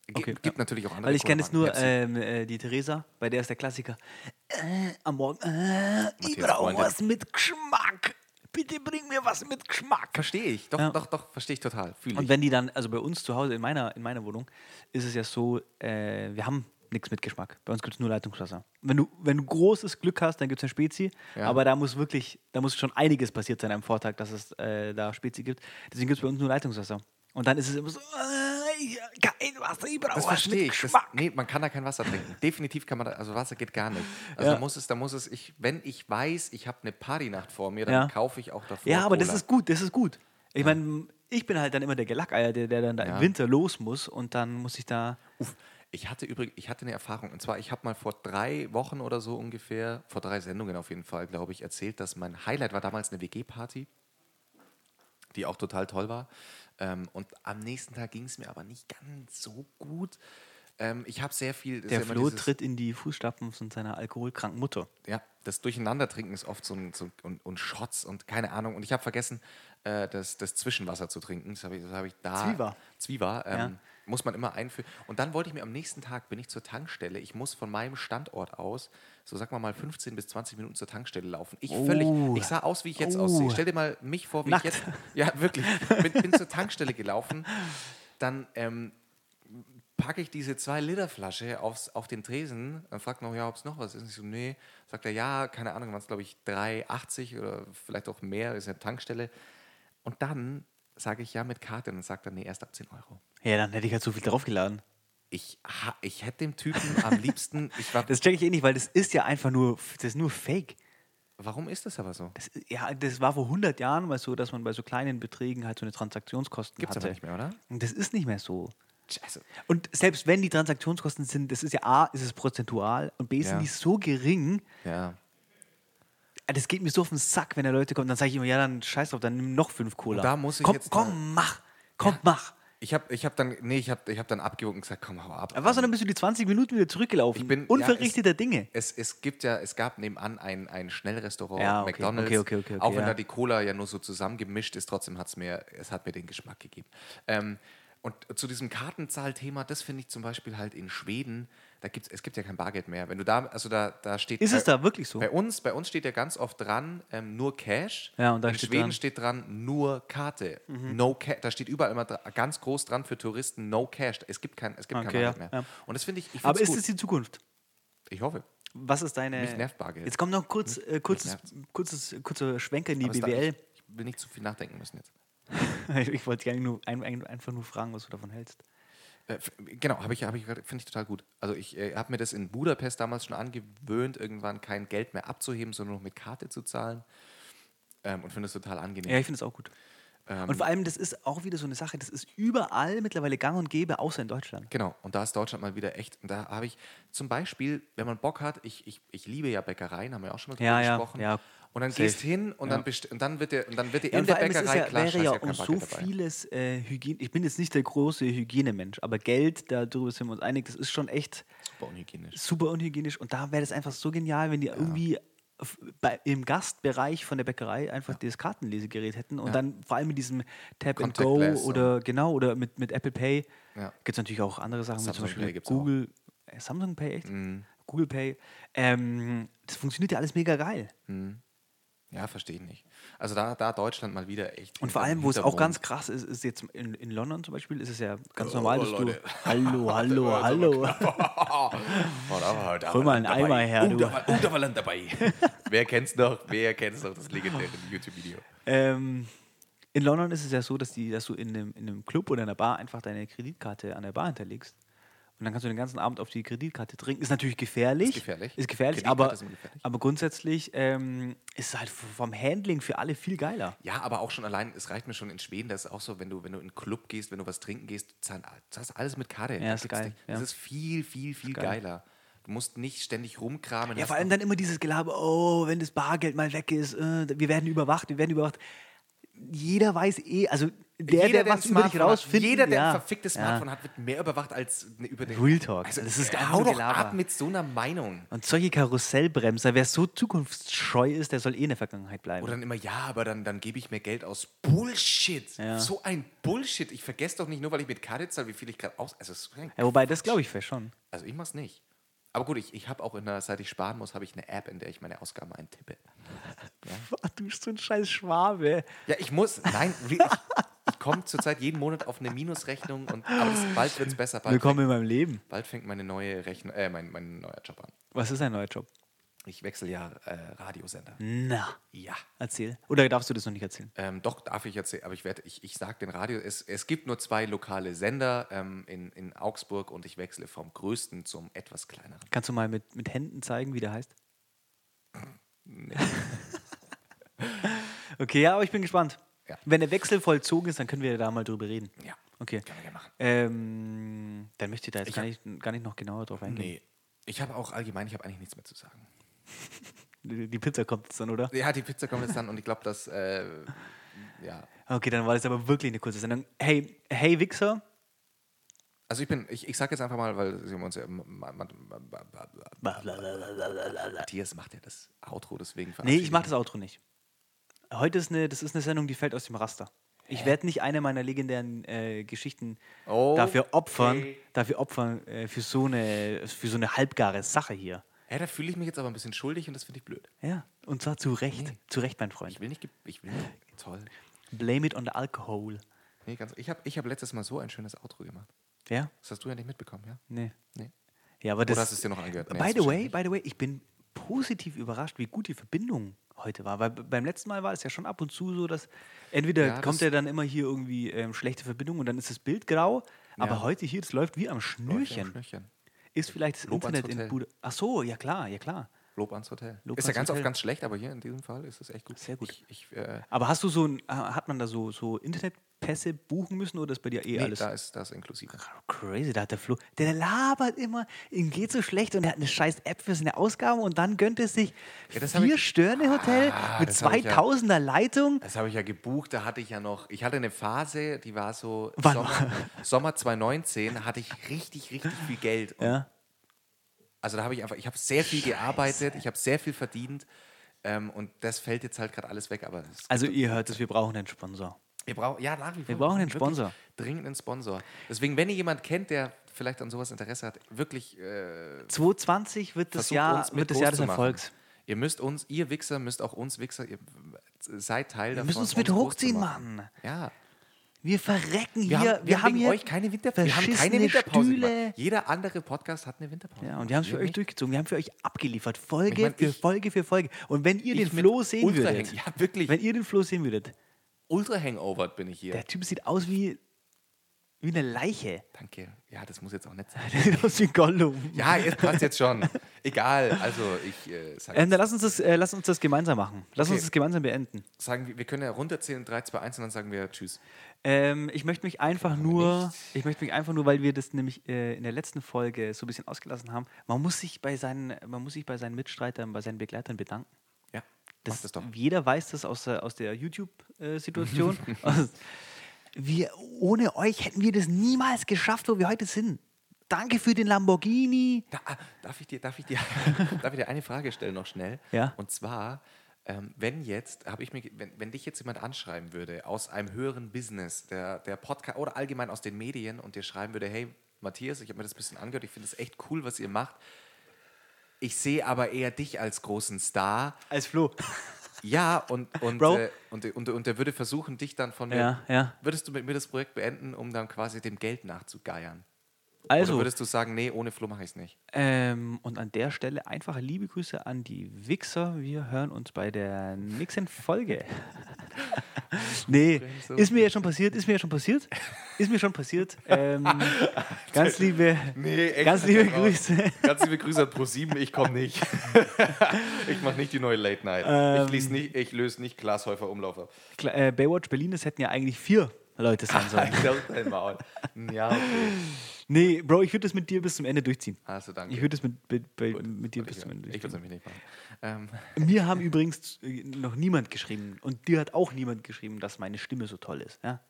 Speaker 3: G
Speaker 2: Okay,
Speaker 3: gibt natürlich auch andere.
Speaker 2: Weil ich kenne jetzt nur ähm,
Speaker 3: Cola-Marken.
Speaker 2: äh, die Theresa, bei der ist der Klassiker. Äh, am Morgen, äh, ich
Speaker 3: Matthias
Speaker 2: brauche
Speaker 3: Freunde.
Speaker 2: was mit Geschmack. Bitte bring mir was mit Geschmack.
Speaker 3: Verstehe ich. Doch,
Speaker 2: Ja.
Speaker 3: doch, doch, verstehe ich total. Fühle
Speaker 2: Und
Speaker 3: ich.
Speaker 2: wenn die dann, also bei uns zu Hause in meiner, in meiner Wohnung, ist es ja so, äh, wir haben nichts mit Geschmack. Bei uns gibt es nur Leitungswasser. Wenn du, wenn du großes Glück hast, dann gibt es eine Spezi.
Speaker 3: Ja.
Speaker 2: Aber da muss wirklich, da muss schon einiges passiert sein am Vortag, dass es äh, da Spezi gibt. Deswegen gibt es bei uns nur Leitungswasser. Und dann ist es immer so, äh, ich- kein Wasser, ich brauche was mit
Speaker 3: Das verstehe Oh, ich. Das,
Speaker 2: Geschmack.
Speaker 3: nee, man kann da kein Wasser trinken. Definitiv kann man da, also Wasser geht gar nicht. Also
Speaker 2: Ja.
Speaker 3: da muss es, da muss es, ich, wenn ich weiß, ich habe eine Partynacht vor mir, dann
Speaker 2: Ja.
Speaker 3: kaufe ich auch davor.
Speaker 2: Ja, aber
Speaker 3: Cola.
Speaker 2: das ist gut, das ist gut. Ich meine, ich bin halt dann immer der Gelackeier, der, der dann da im
Speaker 3: Ja.
Speaker 2: Winter los muss und dann muss ich da.
Speaker 3: Uff. Ich hatte übrigens, ich hatte eine Erfahrung. Und zwar, ich habe mal vor drei Wochen oder so ungefähr, vor drei Sendungen auf jeden Fall, glaube ich, erzählt, dass mein Highlight war damals eine WG-Party, die auch total toll war. Ähm, und am nächsten Tag ging es mir aber nicht ganz so gut. Ähm, ich habe sehr viel.
Speaker 2: Der
Speaker 3: ist ja immer
Speaker 2: Flo
Speaker 3: dieses-
Speaker 2: tritt in die Fußstapfen von seiner alkoholkranken Mutter.
Speaker 3: ja, das Durcheinandertrinken ist oft so ein, so ein und, und Shots und keine Ahnung. Und ich habe vergessen, äh, das, das Zwischenwasser zu trinken. Das habe ich, das hab ich da.
Speaker 2: Zwieber.
Speaker 3: Zwieber, ähm,
Speaker 2: Ja.
Speaker 3: muss man immer einführen. Und dann wollte ich mir am nächsten Tag, bin ich zur Tankstelle, ich muss von meinem Standort aus, so sagen wir mal 15 bis 20 Minuten zur Tankstelle laufen. Ich völlig,
Speaker 2: Oh.
Speaker 3: ich sah aus, wie ich jetzt
Speaker 2: Oh.
Speaker 3: aussehe. Stell dir mal mich vor, wie
Speaker 2: Nackt.
Speaker 3: ich jetzt, ja wirklich, bin, bin zur Tankstelle gelaufen, dann ähm, packe ich diese 2-Liter-Flasche aufs, auf den Tresen. Dann fragt noch, ja, ob es noch was ist. Ich so, nee. Sagt er, ja, keine Ahnung, waren es, glaube ich, 3,80 oder vielleicht auch mehr, ist ja Tankstelle. Und dann sage ich ja mit Karte und dann sagt er, nee, erst ab 10 Euro.
Speaker 2: Ja, dann hätte ich halt so viel draufgeladen.
Speaker 3: Ich, ha- ich hätte dem Typen am liebsten, ich war,
Speaker 2: <laughs> Das checke ich eh nicht, weil das ist ja einfach nur, das ist nur Fake.
Speaker 3: warum ist das aber so?
Speaker 2: Das, ist- ja, das war vor 100 Jahren mal so, dass man bei so kleinen Beträgen halt so eine Transaktionskosten
Speaker 3: Gibt's
Speaker 2: hatte.
Speaker 3: aber nicht mehr, oder?
Speaker 2: Und das ist nicht mehr so.
Speaker 3: Also,
Speaker 2: Und selbst wenn die Transaktionskosten sind, das ist ja A, ist es prozentual und B,
Speaker 3: Ja.
Speaker 2: sind die so gering,
Speaker 3: ja.
Speaker 2: Ah, das geht mir so auf den Sack, wenn da Leute kommen, dann sage ich immer, ja, dann scheiß drauf, dann nimm noch fünf Cola.
Speaker 3: Und da muss ich
Speaker 2: komm,
Speaker 3: jetzt
Speaker 2: komm, mach, komm, mach.
Speaker 3: Ich habe ich hab dann, nee, ich habe ich hab dann abgewogen und gesagt, komm, hau ab.
Speaker 2: Aber was, und dann bist du die 20 Minuten wieder zurückgelaufen.
Speaker 3: Ich bin- ja,
Speaker 2: Unverrichteter
Speaker 3: es-
Speaker 2: Dinge.
Speaker 3: Es, es gibt ja, es gab nebenan ein, ein Schnellrestaurant,
Speaker 2: Ja, okay,
Speaker 3: McDonalds.
Speaker 2: okay, okay, okay, okay,
Speaker 3: auch wenn
Speaker 2: ja.
Speaker 3: da die Cola ja nur so zusammengemischt ist, trotzdem hat's mir, es hat mir den Geschmack gegeben. Ähm, und zu diesem Kartenzahlthema, das finde ich zum Beispiel halt in Schweden, da gibt's, es gibt ja kein Bargeld mehr. Wenn du da, also da, da steht.
Speaker 2: Ist es
Speaker 3: bei-
Speaker 2: da wirklich so?
Speaker 3: Bei uns, bei uns steht ja ganz oft dran, ähm, nur Cash.
Speaker 2: Ja, und da
Speaker 3: in
Speaker 2: steht
Speaker 3: Schweden
Speaker 2: dran- Mhm.
Speaker 3: steht dran, nur Karte. No Cash. Da steht überall immer dra- ganz groß dran für Touristen, no Cash. Es gibt kein, es gibt
Speaker 2: Okay,
Speaker 3: kein
Speaker 2: ja,
Speaker 3: Bargeld mehr.
Speaker 2: ja.
Speaker 3: Und das finde ich, ich find's
Speaker 2: Aber ist
Speaker 3: gut.
Speaker 2: es die Zukunft?
Speaker 3: Ich hoffe.
Speaker 2: Was ist deine.
Speaker 3: Mich nervt Bargeld.
Speaker 2: Jetzt kommt noch kurz, äh, kurzes, kurzes, kurzer Schwenker in die
Speaker 3: Aber es darf-
Speaker 2: BWL.
Speaker 3: Ich, ich will nicht zu viel nachdenken müssen jetzt.
Speaker 2: <laughs> Ich, wollte gerne nur ein, ein, einfach nur fragen, was du davon hältst.
Speaker 3: Äh, f- genau, habe ich, hab ich gerade- finde ich total gut. Also ich äh, habe mir das in Budapest damals schon angewöhnt, irgendwann kein Geld mehr abzuheben, sondern nur mit Karte zu zahlen. Ähm, und finde es total angenehm.
Speaker 2: Ja, ich finde es auch gut.
Speaker 3: Ähm.
Speaker 2: und vor allem, das ist auch wieder so eine Sache, das ist überall mittlerweile gang und gäbe, außer in Deutschland.
Speaker 3: Genau, und da ist Deutschland mal wieder echt. Und da habe ich zum Beispiel, wenn man Bock hat, ich, ich, ich liebe ja Bäckereien, haben wir auch schon mal drüber
Speaker 2: Ja, ja,
Speaker 3: gesprochen.
Speaker 2: ja.
Speaker 3: Und dann
Speaker 2: Safe.
Speaker 3: gehst hin und, dann best- und dann wird dir, und dann wird dir
Speaker 2: Ja,
Speaker 3: in
Speaker 2: und
Speaker 3: der
Speaker 2: vor allem, es ist
Speaker 3: Bäckerei
Speaker 2: ja,
Speaker 3: klar,
Speaker 2: wäre
Speaker 3: scheiße,
Speaker 2: ja
Speaker 3: ich hab
Speaker 2: um
Speaker 3: kein
Speaker 2: so
Speaker 3: Bargeld dabei.
Speaker 2: vieles äh, Hygiene. Ich bin jetzt nicht der große Hygienemensch, aber Geld, darüber sind wir uns einig, das ist schon echt
Speaker 3: Super unhygienisch.
Speaker 2: super unhygienisch. Und da wäre das einfach so genial, wenn die irgendwie f- bei, im Gastbereich von der Bäckerei einfach das Kartenlesegerät hätten und dann vor allem mit diesem Tap and Go
Speaker 3: Contactless
Speaker 2: oder genau oder mit, mit Apple Pay
Speaker 3: Ja.
Speaker 2: gibt es natürlich auch andere Sachen, wie zum
Speaker 3: Samsung
Speaker 2: Beispiel
Speaker 3: Pay gibt's auch. Mhm.
Speaker 2: Google, äh, Samsung Pay, echt? Google Pay. Ähm, das funktioniert ja alles mega geil.
Speaker 3: Ja, verstehe ich nicht. Also da, da Deutschland mal wieder echt.
Speaker 2: Und vor allem, wo es auch
Speaker 3: <laughs>
Speaker 2: ganz krass ist, ist jetzt in, in London zum Beispiel, ist es ja ganz normal, dass du.
Speaker 3: Oh, Leute.
Speaker 2: <laughs>
Speaker 3: <laughs>
Speaker 2: Hallo, hallo, hallo.
Speaker 3: Oh, da war, da
Speaker 2: Hol mal einen
Speaker 3: Land dabei.
Speaker 2: Eimer her,
Speaker 3: Oh,
Speaker 2: du.
Speaker 3: da war, oh, da war Land
Speaker 2: <laughs>
Speaker 3: dabei. Wer kennt's noch? Wer kennt's noch? Das legendäre YouTube-Video.
Speaker 2: Ähm, in London ist es ja so, dass, die, dass du in einem, in einem Club oder in einer Bar einfach deine Kreditkarte an der Bar hinterlegst. Und dann kannst du den ganzen Abend auf die Kreditkarte trinken. Ist natürlich gefährlich. Ist
Speaker 3: gefährlich.
Speaker 2: Ist gefährlich,
Speaker 3: Kreditkarte
Speaker 2: aber,
Speaker 3: ist immer gefährlich.
Speaker 2: aber grundsätzlich ähm, ist es halt vom Handling für alle viel geiler.
Speaker 3: Ja, aber auch schon allein, es reicht mir schon in Schweden, das ist auch so, wenn du, wenn du in einen Club gehst, wenn du was trinken gehst, du zahl- zahlst alles mit Karte.
Speaker 2: Ja,
Speaker 3: Da
Speaker 2: ist
Speaker 3: gibt's
Speaker 2: geil,
Speaker 3: nicht- Das
Speaker 2: ja.
Speaker 3: ist viel, viel, viel
Speaker 2: geil.
Speaker 3: geiler. Du musst nicht ständig rumkramen.
Speaker 2: Ja,
Speaker 3: hast
Speaker 2: vor allem
Speaker 3: noch-
Speaker 2: dann immer dieses Gelaber, oh, wenn das Bargeld mal weg ist, äh, wir werden überwacht, wir werden überwacht. Jeder weiß eh, also der, der, was
Speaker 3: ein
Speaker 2: über dich
Speaker 3: Smartphone hat,
Speaker 2: rausfindet.
Speaker 3: jeder, der
Speaker 2: ja,
Speaker 3: ein verficktes Smartphone hat, wird mehr überwacht als ne- über den.
Speaker 2: Real Talk.
Speaker 3: Also,
Speaker 2: Das ist einfach
Speaker 3: hau
Speaker 2: nur
Speaker 3: doch
Speaker 2: Gelaber.
Speaker 3: ab mit so einer Meinung.
Speaker 2: Und solche Karussellbremser, wer so zukunftsscheu ist, der soll eh in der Vergangenheit bleiben.
Speaker 3: Oder dann immer, ja, aber dann, dann gebe ich mehr Geld aus. Bullshit.
Speaker 2: Ja.
Speaker 3: So ein Bullshit. Ich vergesse doch nicht nur, weil ich mit Karte zahle, wie viel ich gerade aus. Also, es ist ein
Speaker 2: ja, wobei, das glaube ich wäre schon.
Speaker 3: Also ich mach's nicht. Aber gut, ich, ich habe auch in der, seit ich sparen muss, habe ich eine App, in der ich meine Ausgaben eintippe. <laughs>
Speaker 2: Boah, du bist so ein scheiß Schwabe.
Speaker 3: Ja, ich muss. Nein, re- ich, ich komme zurzeit jeden Monat auf eine Minusrechnung und aber das, bald wird's besser. Bald,
Speaker 2: Willkommen in meinem Leben.
Speaker 3: bald fängt meine neue Rechnung, äh, mein, mein neuer Job an.
Speaker 2: Was ist ein neuer Job?
Speaker 3: Ich wechsle ja äh, Radiosender.
Speaker 2: Na,
Speaker 3: Ja.
Speaker 2: erzähl. Oder darfst du das noch nicht erzählen?
Speaker 3: Ähm, doch, darf ich erzählen, aber ich werde, ich, ich sage den Radio, es, es gibt nur zwei lokale Sender ähm, in, in Augsburg und ich wechsle vom größten zum etwas kleineren.
Speaker 2: Kannst du mal mit, mit Händen zeigen, wie der heißt? <laughs> okay, ja, aber ich bin gespannt.
Speaker 3: Ja.
Speaker 2: Wenn der Wechsel vollzogen ist, dann können wir da mal drüber reden.
Speaker 3: Ja.
Speaker 2: Okay.
Speaker 3: Können wir gerne machen.
Speaker 2: Ähm, dann möchte ich da jetzt
Speaker 3: Ich
Speaker 2: gar,
Speaker 3: hab-
Speaker 2: nicht, gar nicht noch genauer drauf eingehen.
Speaker 3: Nee. Ich habe auch allgemein, ich habe eigentlich nichts mehr zu sagen.
Speaker 2: Die- Die Pizza kommt jetzt dann, oder?
Speaker 3: Ja, die Pizza kommt jetzt dann und ich glaube, dass. Äh, ja.
Speaker 2: Okay, dann war das aber wirklich eine kurze Sendung. Hey, hey Wichser,
Speaker 3: Also ich bin, ich, ich sag jetzt einfach mal, weil sie haben uns ja. ma- ma- ma- ma- ma- ma- Matthias macht ja das Outro, deswegen
Speaker 2: Nee,
Speaker 3: verabschiede
Speaker 2: ich mache das Outro nicht. Heute ist eine, das ist eine Sendung, die fällt aus dem Raster. Ich werde nicht eine meiner legendären äh, Geschichten
Speaker 3: Oh,
Speaker 2: dafür opfern,
Speaker 3: okay.
Speaker 2: dafür opfern äh, für, so eine, für so eine halbgare Sache hier.
Speaker 3: Hä, da fühle ich mich jetzt aber ein bisschen schuldig und das finde ich blöd.
Speaker 2: Ja, und zwar zu Recht. Zu Recht, mein Freund.
Speaker 3: Ich will nicht. ge- Ich will nicht. Toll.
Speaker 2: Blame it on the alcohol.
Speaker 3: Nee, ganz, ich habe ich hab letztes Mal so ein schönes Outro gemacht.
Speaker 2: Ja?
Speaker 3: Das hast du ja nicht mitbekommen, ja?
Speaker 2: Nee.
Speaker 3: Nee.
Speaker 2: Ja, aber das,
Speaker 3: hast du es dir noch angehört? Nee,
Speaker 2: by
Speaker 3: hast
Speaker 2: the
Speaker 3: du
Speaker 2: way, by the way, ich bin positiv überrascht, wie gut die Verbindung heute war. Weil b- beim letzten Mal war es ja schon ab und zu so, dass entweder
Speaker 3: Ja,
Speaker 2: kommt
Speaker 3: das-
Speaker 2: ja dann immer hier irgendwie ähm, schlechte Verbindung und dann ist das Bild grau. Aber
Speaker 3: Ja.
Speaker 2: heute hier, das läuft wie am
Speaker 3: Läuft ja am
Speaker 2: Schnürchen.
Speaker 3: Schnürchen.
Speaker 2: Ist vielleicht das
Speaker 3: Lob ans
Speaker 2: Internet in
Speaker 3: Hotel.
Speaker 2: Bude. Ach so, ja klar, ja klar.
Speaker 3: Lob ans Hotel.
Speaker 2: Lob
Speaker 3: ist ja
Speaker 2: ans
Speaker 3: ganz
Speaker 2: Hotel.
Speaker 3: oft ganz schlecht, aber hier in diesem Fall ist es echt gut.
Speaker 2: Sehr gut.
Speaker 3: Ich, ich, äh,
Speaker 2: Aber hast du so ein, ha- hat man da so, so Internetpässe buchen müssen oder ist bei dir eh
Speaker 3: nee,
Speaker 2: alles?
Speaker 3: da ist das inklusive.
Speaker 2: Crazy, da hat der Flo, der labert immer, ihm geht so schlecht und er hat eine scheiß App für seine Ausgaben und dann gönnt er sich
Speaker 3: das hab
Speaker 2: vier
Speaker 3: ich-
Speaker 2: Sterne Hotel
Speaker 3: Ah,
Speaker 2: mit
Speaker 3: das hab ich ja.
Speaker 2: 2000er Leitung.
Speaker 3: Das habe ich ja gebucht, da hatte ich ja noch, ich hatte eine Phase, die war so
Speaker 2: Wann
Speaker 3: Sommer, Sommer 2019, hatte ich richtig, richtig viel Geld. Und
Speaker 2: Ja.
Speaker 3: Also da habe ich einfach, ich habe sehr viel gearbeitet, ich habe sehr viel verdient ähm, und das fällt jetzt halt gerade alles weg, aber es,
Speaker 2: Also ihr hört es, wir brauchen einen Sponsor.
Speaker 3: wir brauchen, ja nach wie vor.
Speaker 2: Wir brauchen einen
Speaker 3: wirklich
Speaker 2: Sponsor.
Speaker 3: Dringend einen Sponsor. Deswegen, wenn ihr jemand kennt, der vielleicht an sowas Interesse hat, wirklich äh,
Speaker 2: 2020 wird das
Speaker 3: versucht
Speaker 2: Jahr,
Speaker 3: uns mit
Speaker 2: wird das
Speaker 3: groß
Speaker 2: Jahr des
Speaker 3: zu machen.
Speaker 2: Erfolgs.
Speaker 3: Ihr müsst uns, ihr Wichser, müsst auch uns Wichser, ihr seid Teil davon.
Speaker 2: müssen uns mit
Speaker 3: groß zu
Speaker 2: hochziehen,
Speaker 3: machen.
Speaker 2: Mann.
Speaker 3: Ja.
Speaker 2: Wir verrecken
Speaker 3: Wir
Speaker 2: hier,
Speaker 3: haben, wir haben
Speaker 2: hier
Speaker 3: wegen euch keine Winterpause. Wir haben keine
Speaker 2: verschissene
Speaker 3: Winterpause.
Speaker 2: Stühle.
Speaker 3: gemacht. Jeder andere Podcast hat eine Winterpause.
Speaker 2: Ja, und wir haben es für
Speaker 3: Wir
Speaker 2: euch
Speaker 3: nicht.
Speaker 2: durchgezogen. Wir haben für euch abgeliefert. Folge
Speaker 3: Ich mein,
Speaker 2: für
Speaker 3: ich-
Speaker 2: Folge für Folge. Und wenn ihr den
Speaker 3: Ich mit
Speaker 2: Flo sehen
Speaker 3: Ultra
Speaker 2: würdet,
Speaker 3: Hang- ja, wirklich.
Speaker 2: wenn ihr den Flo sehen würdet,
Speaker 3: Ultra hangovered bin ich hier.
Speaker 2: der Typ sieht aus wie, wie eine Leiche.
Speaker 3: Danke. Ja, das muss jetzt auch nicht sein.
Speaker 2: <laughs> Der sieht aus wie ein Gollum. <laughs>
Speaker 3: Ja, jetzt passt jetzt schon. Egal. Also, ich äh, sage,
Speaker 2: Ähm, dann lass uns, das, äh, lass uns das gemeinsam machen. Lass uns
Speaker 3: Okay.
Speaker 2: das gemeinsam beenden.
Speaker 3: sagen wir, wir können ja runterzählen 3, 2, 1 und dann sagen wir Tschüss.
Speaker 2: Ähm, ich möchte mich einfach nur, ich möchte mich einfach nur, weil wir das nämlich äh, in der letzten Folge so ein bisschen ausgelassen haben. Man muss sich bei seinen, man muss sich bei seinen Mitstreitern, bei seinen Begleitern bedanken.
Speaker 3: Ja,
Speaker 2: Das,
Speaker 3: macht das doch.
Speaker 2: Jeder weiß das aus der, aus der
Speaker 3: <laughs>
Speaker 2: YouTube-Situation. wir, ohne euch hätten wir das niemals geschafft, wo wir heute sind. Danke für den Lamborghini.
Speaker 3: Da, ah, darf, ich dir,
Speaker 2: <laughs>
Speaker 3: darf, ich dir, darf ich dir eine Frage stellen noch schnell?
Speaker 2: Ja.
Speaker 3: Und zwar, ähm, wenn jetzt, habe ich mir, ge- wenn, wenn dich jetzt jemand anschreiben würde aus einem höheren Business, der, der Podcast oder allgemein aus den Medien und dir schreiben würde, hey Matthias, ich habe mir das ein bisschen angehört, ich finde es echt cool, was ihr macht. Ich sehe aber eher dich als großen Star.
Speaker 2: Als Flo.
Speaker 3: Ja, und, und,
Speaker 2: Bro.
Speaker 3: äh, und, und, und der würde versuchen, dich dann von mir.
Speaker 2: Ja, ja.
Speaker 3: Würdest du mit mir das Projekt beenden, um dann quasi dem Geld nachzugeiern? Oder
Speaker 2: Also,
Speaker 3: würdest du sagen, nee, ohne Flo mache ich es nicht?
Speaker 2: ähm, und an der Stelle einfache liebe Grüße an die Wichser. Wir hören uns bei der nächsten
Speaker 3: <laughs>
Speaker 2: Folge. nee, ist mir ja schon passiert, ist mir ja schon passiert. Ist mir schon
Speaker 3: <laughs>
Speaker 2: passiert. Ähm, ganz liebe,
Speaker 3: Nee, echt.
Speaker 2: ganz liebe Grüße.
Speaker 3: Ganz liebe Grüße an ProSieben, ich komme nicht.
Speaker 2: <laughs>
Speaker 3: ich mache nicht die neue Late Night.
Speaker 2: Ähm.
Speaker 3: ich lies nicht, ich löse nicht Glashäufer Umlaufer.
Speaker 2: Kla- äh, Baywatch Berlin, das hätten ja eigentlich vier Leute
Speaker 3: <laughs>
Speaker 2: sein sollen.
Speaker 3: Ich glaub, dein Maul. Ja, okay.
Speaker 2: nee, Bro, ich würde das mit dir bis zum Ende durchziehen.
Speaker 3: Also danke.
Speaker 2: Ich würde das mit, mit, bei,
Speaker 3: Gut.
Speaker 2: mit dir bis
Speaker 3: Ich
Speaker 2: zum Ende
Speaker 3: würde es
Speaker 2: durchziehen.
Speaker 3: nämlich nicht machen. Ähm,
Speaker 2: Mir haben übrigens äh, noch niemand geschrieben und dir hat auch niemand geschrieben, dass meine Stimme so toll ist. Ja,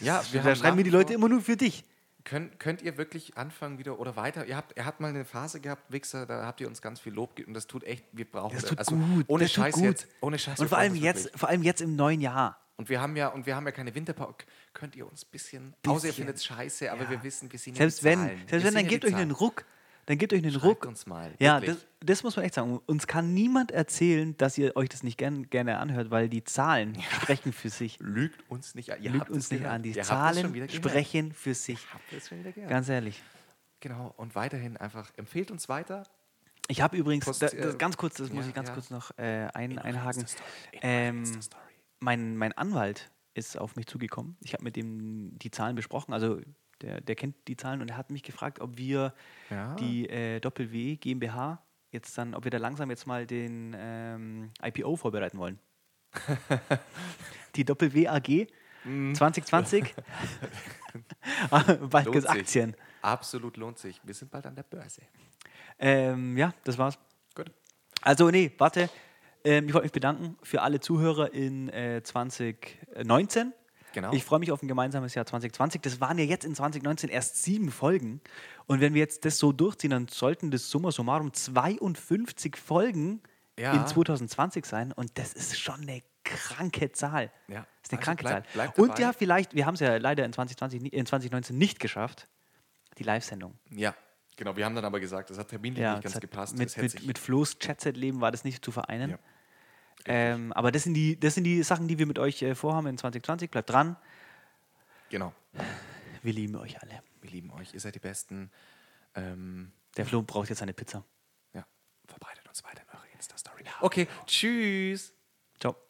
Speaker 3: ja,
Speaker 2: Das-
Speaker 3: wir
Speaker 2: da
Speaker 3: haben
Speaker 2: schreiben mir die
Speaker 3: nach wie
Speaker 2: Leute
Speaker 3: vor-
Speaker 2: immer nur für dich.
Speaker 3: Könnt, könnt ihr wirklich anfangen wieder oder weiter? Ihr habt, ihr habt mal eine Phase gehabt, Wichser, da habt ihr uns ganz viel Lob gegeben. Das tut echt, wir brauchen
Speaker 2: Das tut gut.
Speaker 3: Also, Ohne
Speaker 2: das tut
Speaker 3: Scheiß
Speaker 2: gut.
Speaker 3: jetzt. Ohne Scheiß.
Speaker 2: Und
Speaker 3: wir
Speaker 2: vor allem,
Speaker 3: brauchen das
Speaker 2: jetzt,
Speaker 3: wirklich.
Speaker 2: vor allem jetzt im neuen Jahr.
Speaker 3: Und wir haben ja, und wir haben ja keine Winterpause. Könnt ihr uns ein bisschen. Außer ihr findet es scheiße, aber wir wissen, wir sind ja
Speaker 2: Selbst
Speaker 3: die
Speaker 2: wenn,
Speaker 3: Zahlen. Wir
Speaker 2: selbst wenn,
Speaker 3: sind
Speaker 2: dann
Speaker 3: ja
Speaker 2: gebt
Speaker 3: die
Speaker 2: euch einen
Speaker 3: Zahlen.
Speaker 2: Ruck. Dann gebt euch einen
Speaker 3: Schreibt
Speaker 2: Ruck.
Speaker 3: uns mal,
Speaker 2: Ja,
Speaker 3: wirklich.
Speaker 2: das, das muss man echt sagen. Uns kann niemand erzählen, dass ihr euch das nicht gern, gerne anhört, weil die Zahlen sprechen für sich.
Speaker 3: <laughs> Lügt uns nicht an. Ihr
Speaker 2: Lügt
Speaker 3: habt es
Speaker 2: uns nicht
Speaker 3: gehört.
Speaker 2: an. Die
Speaker 3: Ihr habt es schon wieder
Speaker 2: Zahlen
Speaker 3: gehört.
Speaker 2: sprechen für sich.
Speaker 3: Habt ihr es schon wieder gehört?
Speaker 2: Ganz ehrlich.
Speaker 3: genau. Und weiterhin einfach empfehlt uns weiter.
Speaker 2: Ich habe übrigens,
Speaker 3: Post-
Speaker 2: da, das,
Speaker 3: äh,
Speaker 2: ganz kurz, das muss
Speaker 3: ja,
Speaker 2: ich ganz
Speaker 3: ja.
Speaker 2: kurz noch äh, ein, einhaken.
Speaker 3: Insta-Story, in eure
Speaker 2: Ähm,
Speaker 3: Insta-Story.
Speaker 2: mein, mein Anwalt ist auf mich zugekommen. Ich habe mit dem die Zahlen besprochen. Also der, der kennt die Zahlen und er hat mich gefragt, ob wir
Speaker 3: Ja.
Speaker 2: die äh, Doppel-W GmbH jetzt dann, ob wir da langsam jetzt mal den ähm, IPO vorbereiten
Speaker 3: <laughs>
Speaker 2: wollen. die Doppel-W AG <laughs> 2020.
Speaker 3: <laughs>
Speaker 2: Bald
Speaker 3: Mhm. Lohnt
Speaker 2: gibt's
Speaker 3: sich.
Speaker 2: Aktien.
Speaker 3: Absolut lohnt sich. Wir sind bald an der Börse.
Speaker 2: Ähm, ja, das war's.
Speaker 3: Gut.
Speaker 2: Also, nee, warte. Ähm, ich wollte mich bedanken für alle Zuhörer in äh, 2019.
Speaker 3: Genau.
Speaker 2: Ich freue mich auf ein gemeinsames Jahr 2020. Das waren ja jetzt in 2019 erst sieben Folgen. Und wenn wir jetzt das so durchziehen, dann sollten das summa summarum 52 Folgen
Speaker 3: Ja.
Speaker 2: in 2020 sein. Und das ist schon eine kranke Zahl.
Speaker 3: Ja.
Speaker 2: Das ist eine
Speaker 3: Also
Speaker 2: kranke
Speaker 3: bleibt-
Speaker 2: Zahl.
Speaker 3: bleibt
Speaker 2: Und
Speaker 3: dabei.
Speaker 2: ja, vielleicht, wir haben es ja leider in, 2020, nie- in 2019 nicht geschafft, die Live-Sendung.
Speaker 3: Ja, genau. Wir haben dann aber gesagt, das hat terminlich
Speaker 2: Ja,
Speaker 3: nicht
Speaker 2: das
Speaker 3: ganz
Speaker 2: hat
Speaker 3: gepasst.
Speaker 2: Mit,
Speaker 3: das hätte
Speaker 2: mit,
Speaker 3: sich-
Speaker 2: mit Flo's Chatset-Leben war das nicht zu vereinen.
Speaker 3: Ja.
Speaker 2: Ähm, aber das sind, die, das sind die Sachen, die wir mit euch äh, vorhaben in 2020. Bleibt dran.
Speaker 3: genau.
Speaker 2: Wir lieben euch alle.
Speaker 3: Wir lieben euch. Ihr seid die Besten. Ähm,
Speaker 2: Der Flo braucht jetzt eine Pizza.
Speaker 3: ja, verbreitet uns weiter in eure Insta-Story. Okay, tschüss.
Speaker 2: Ciao.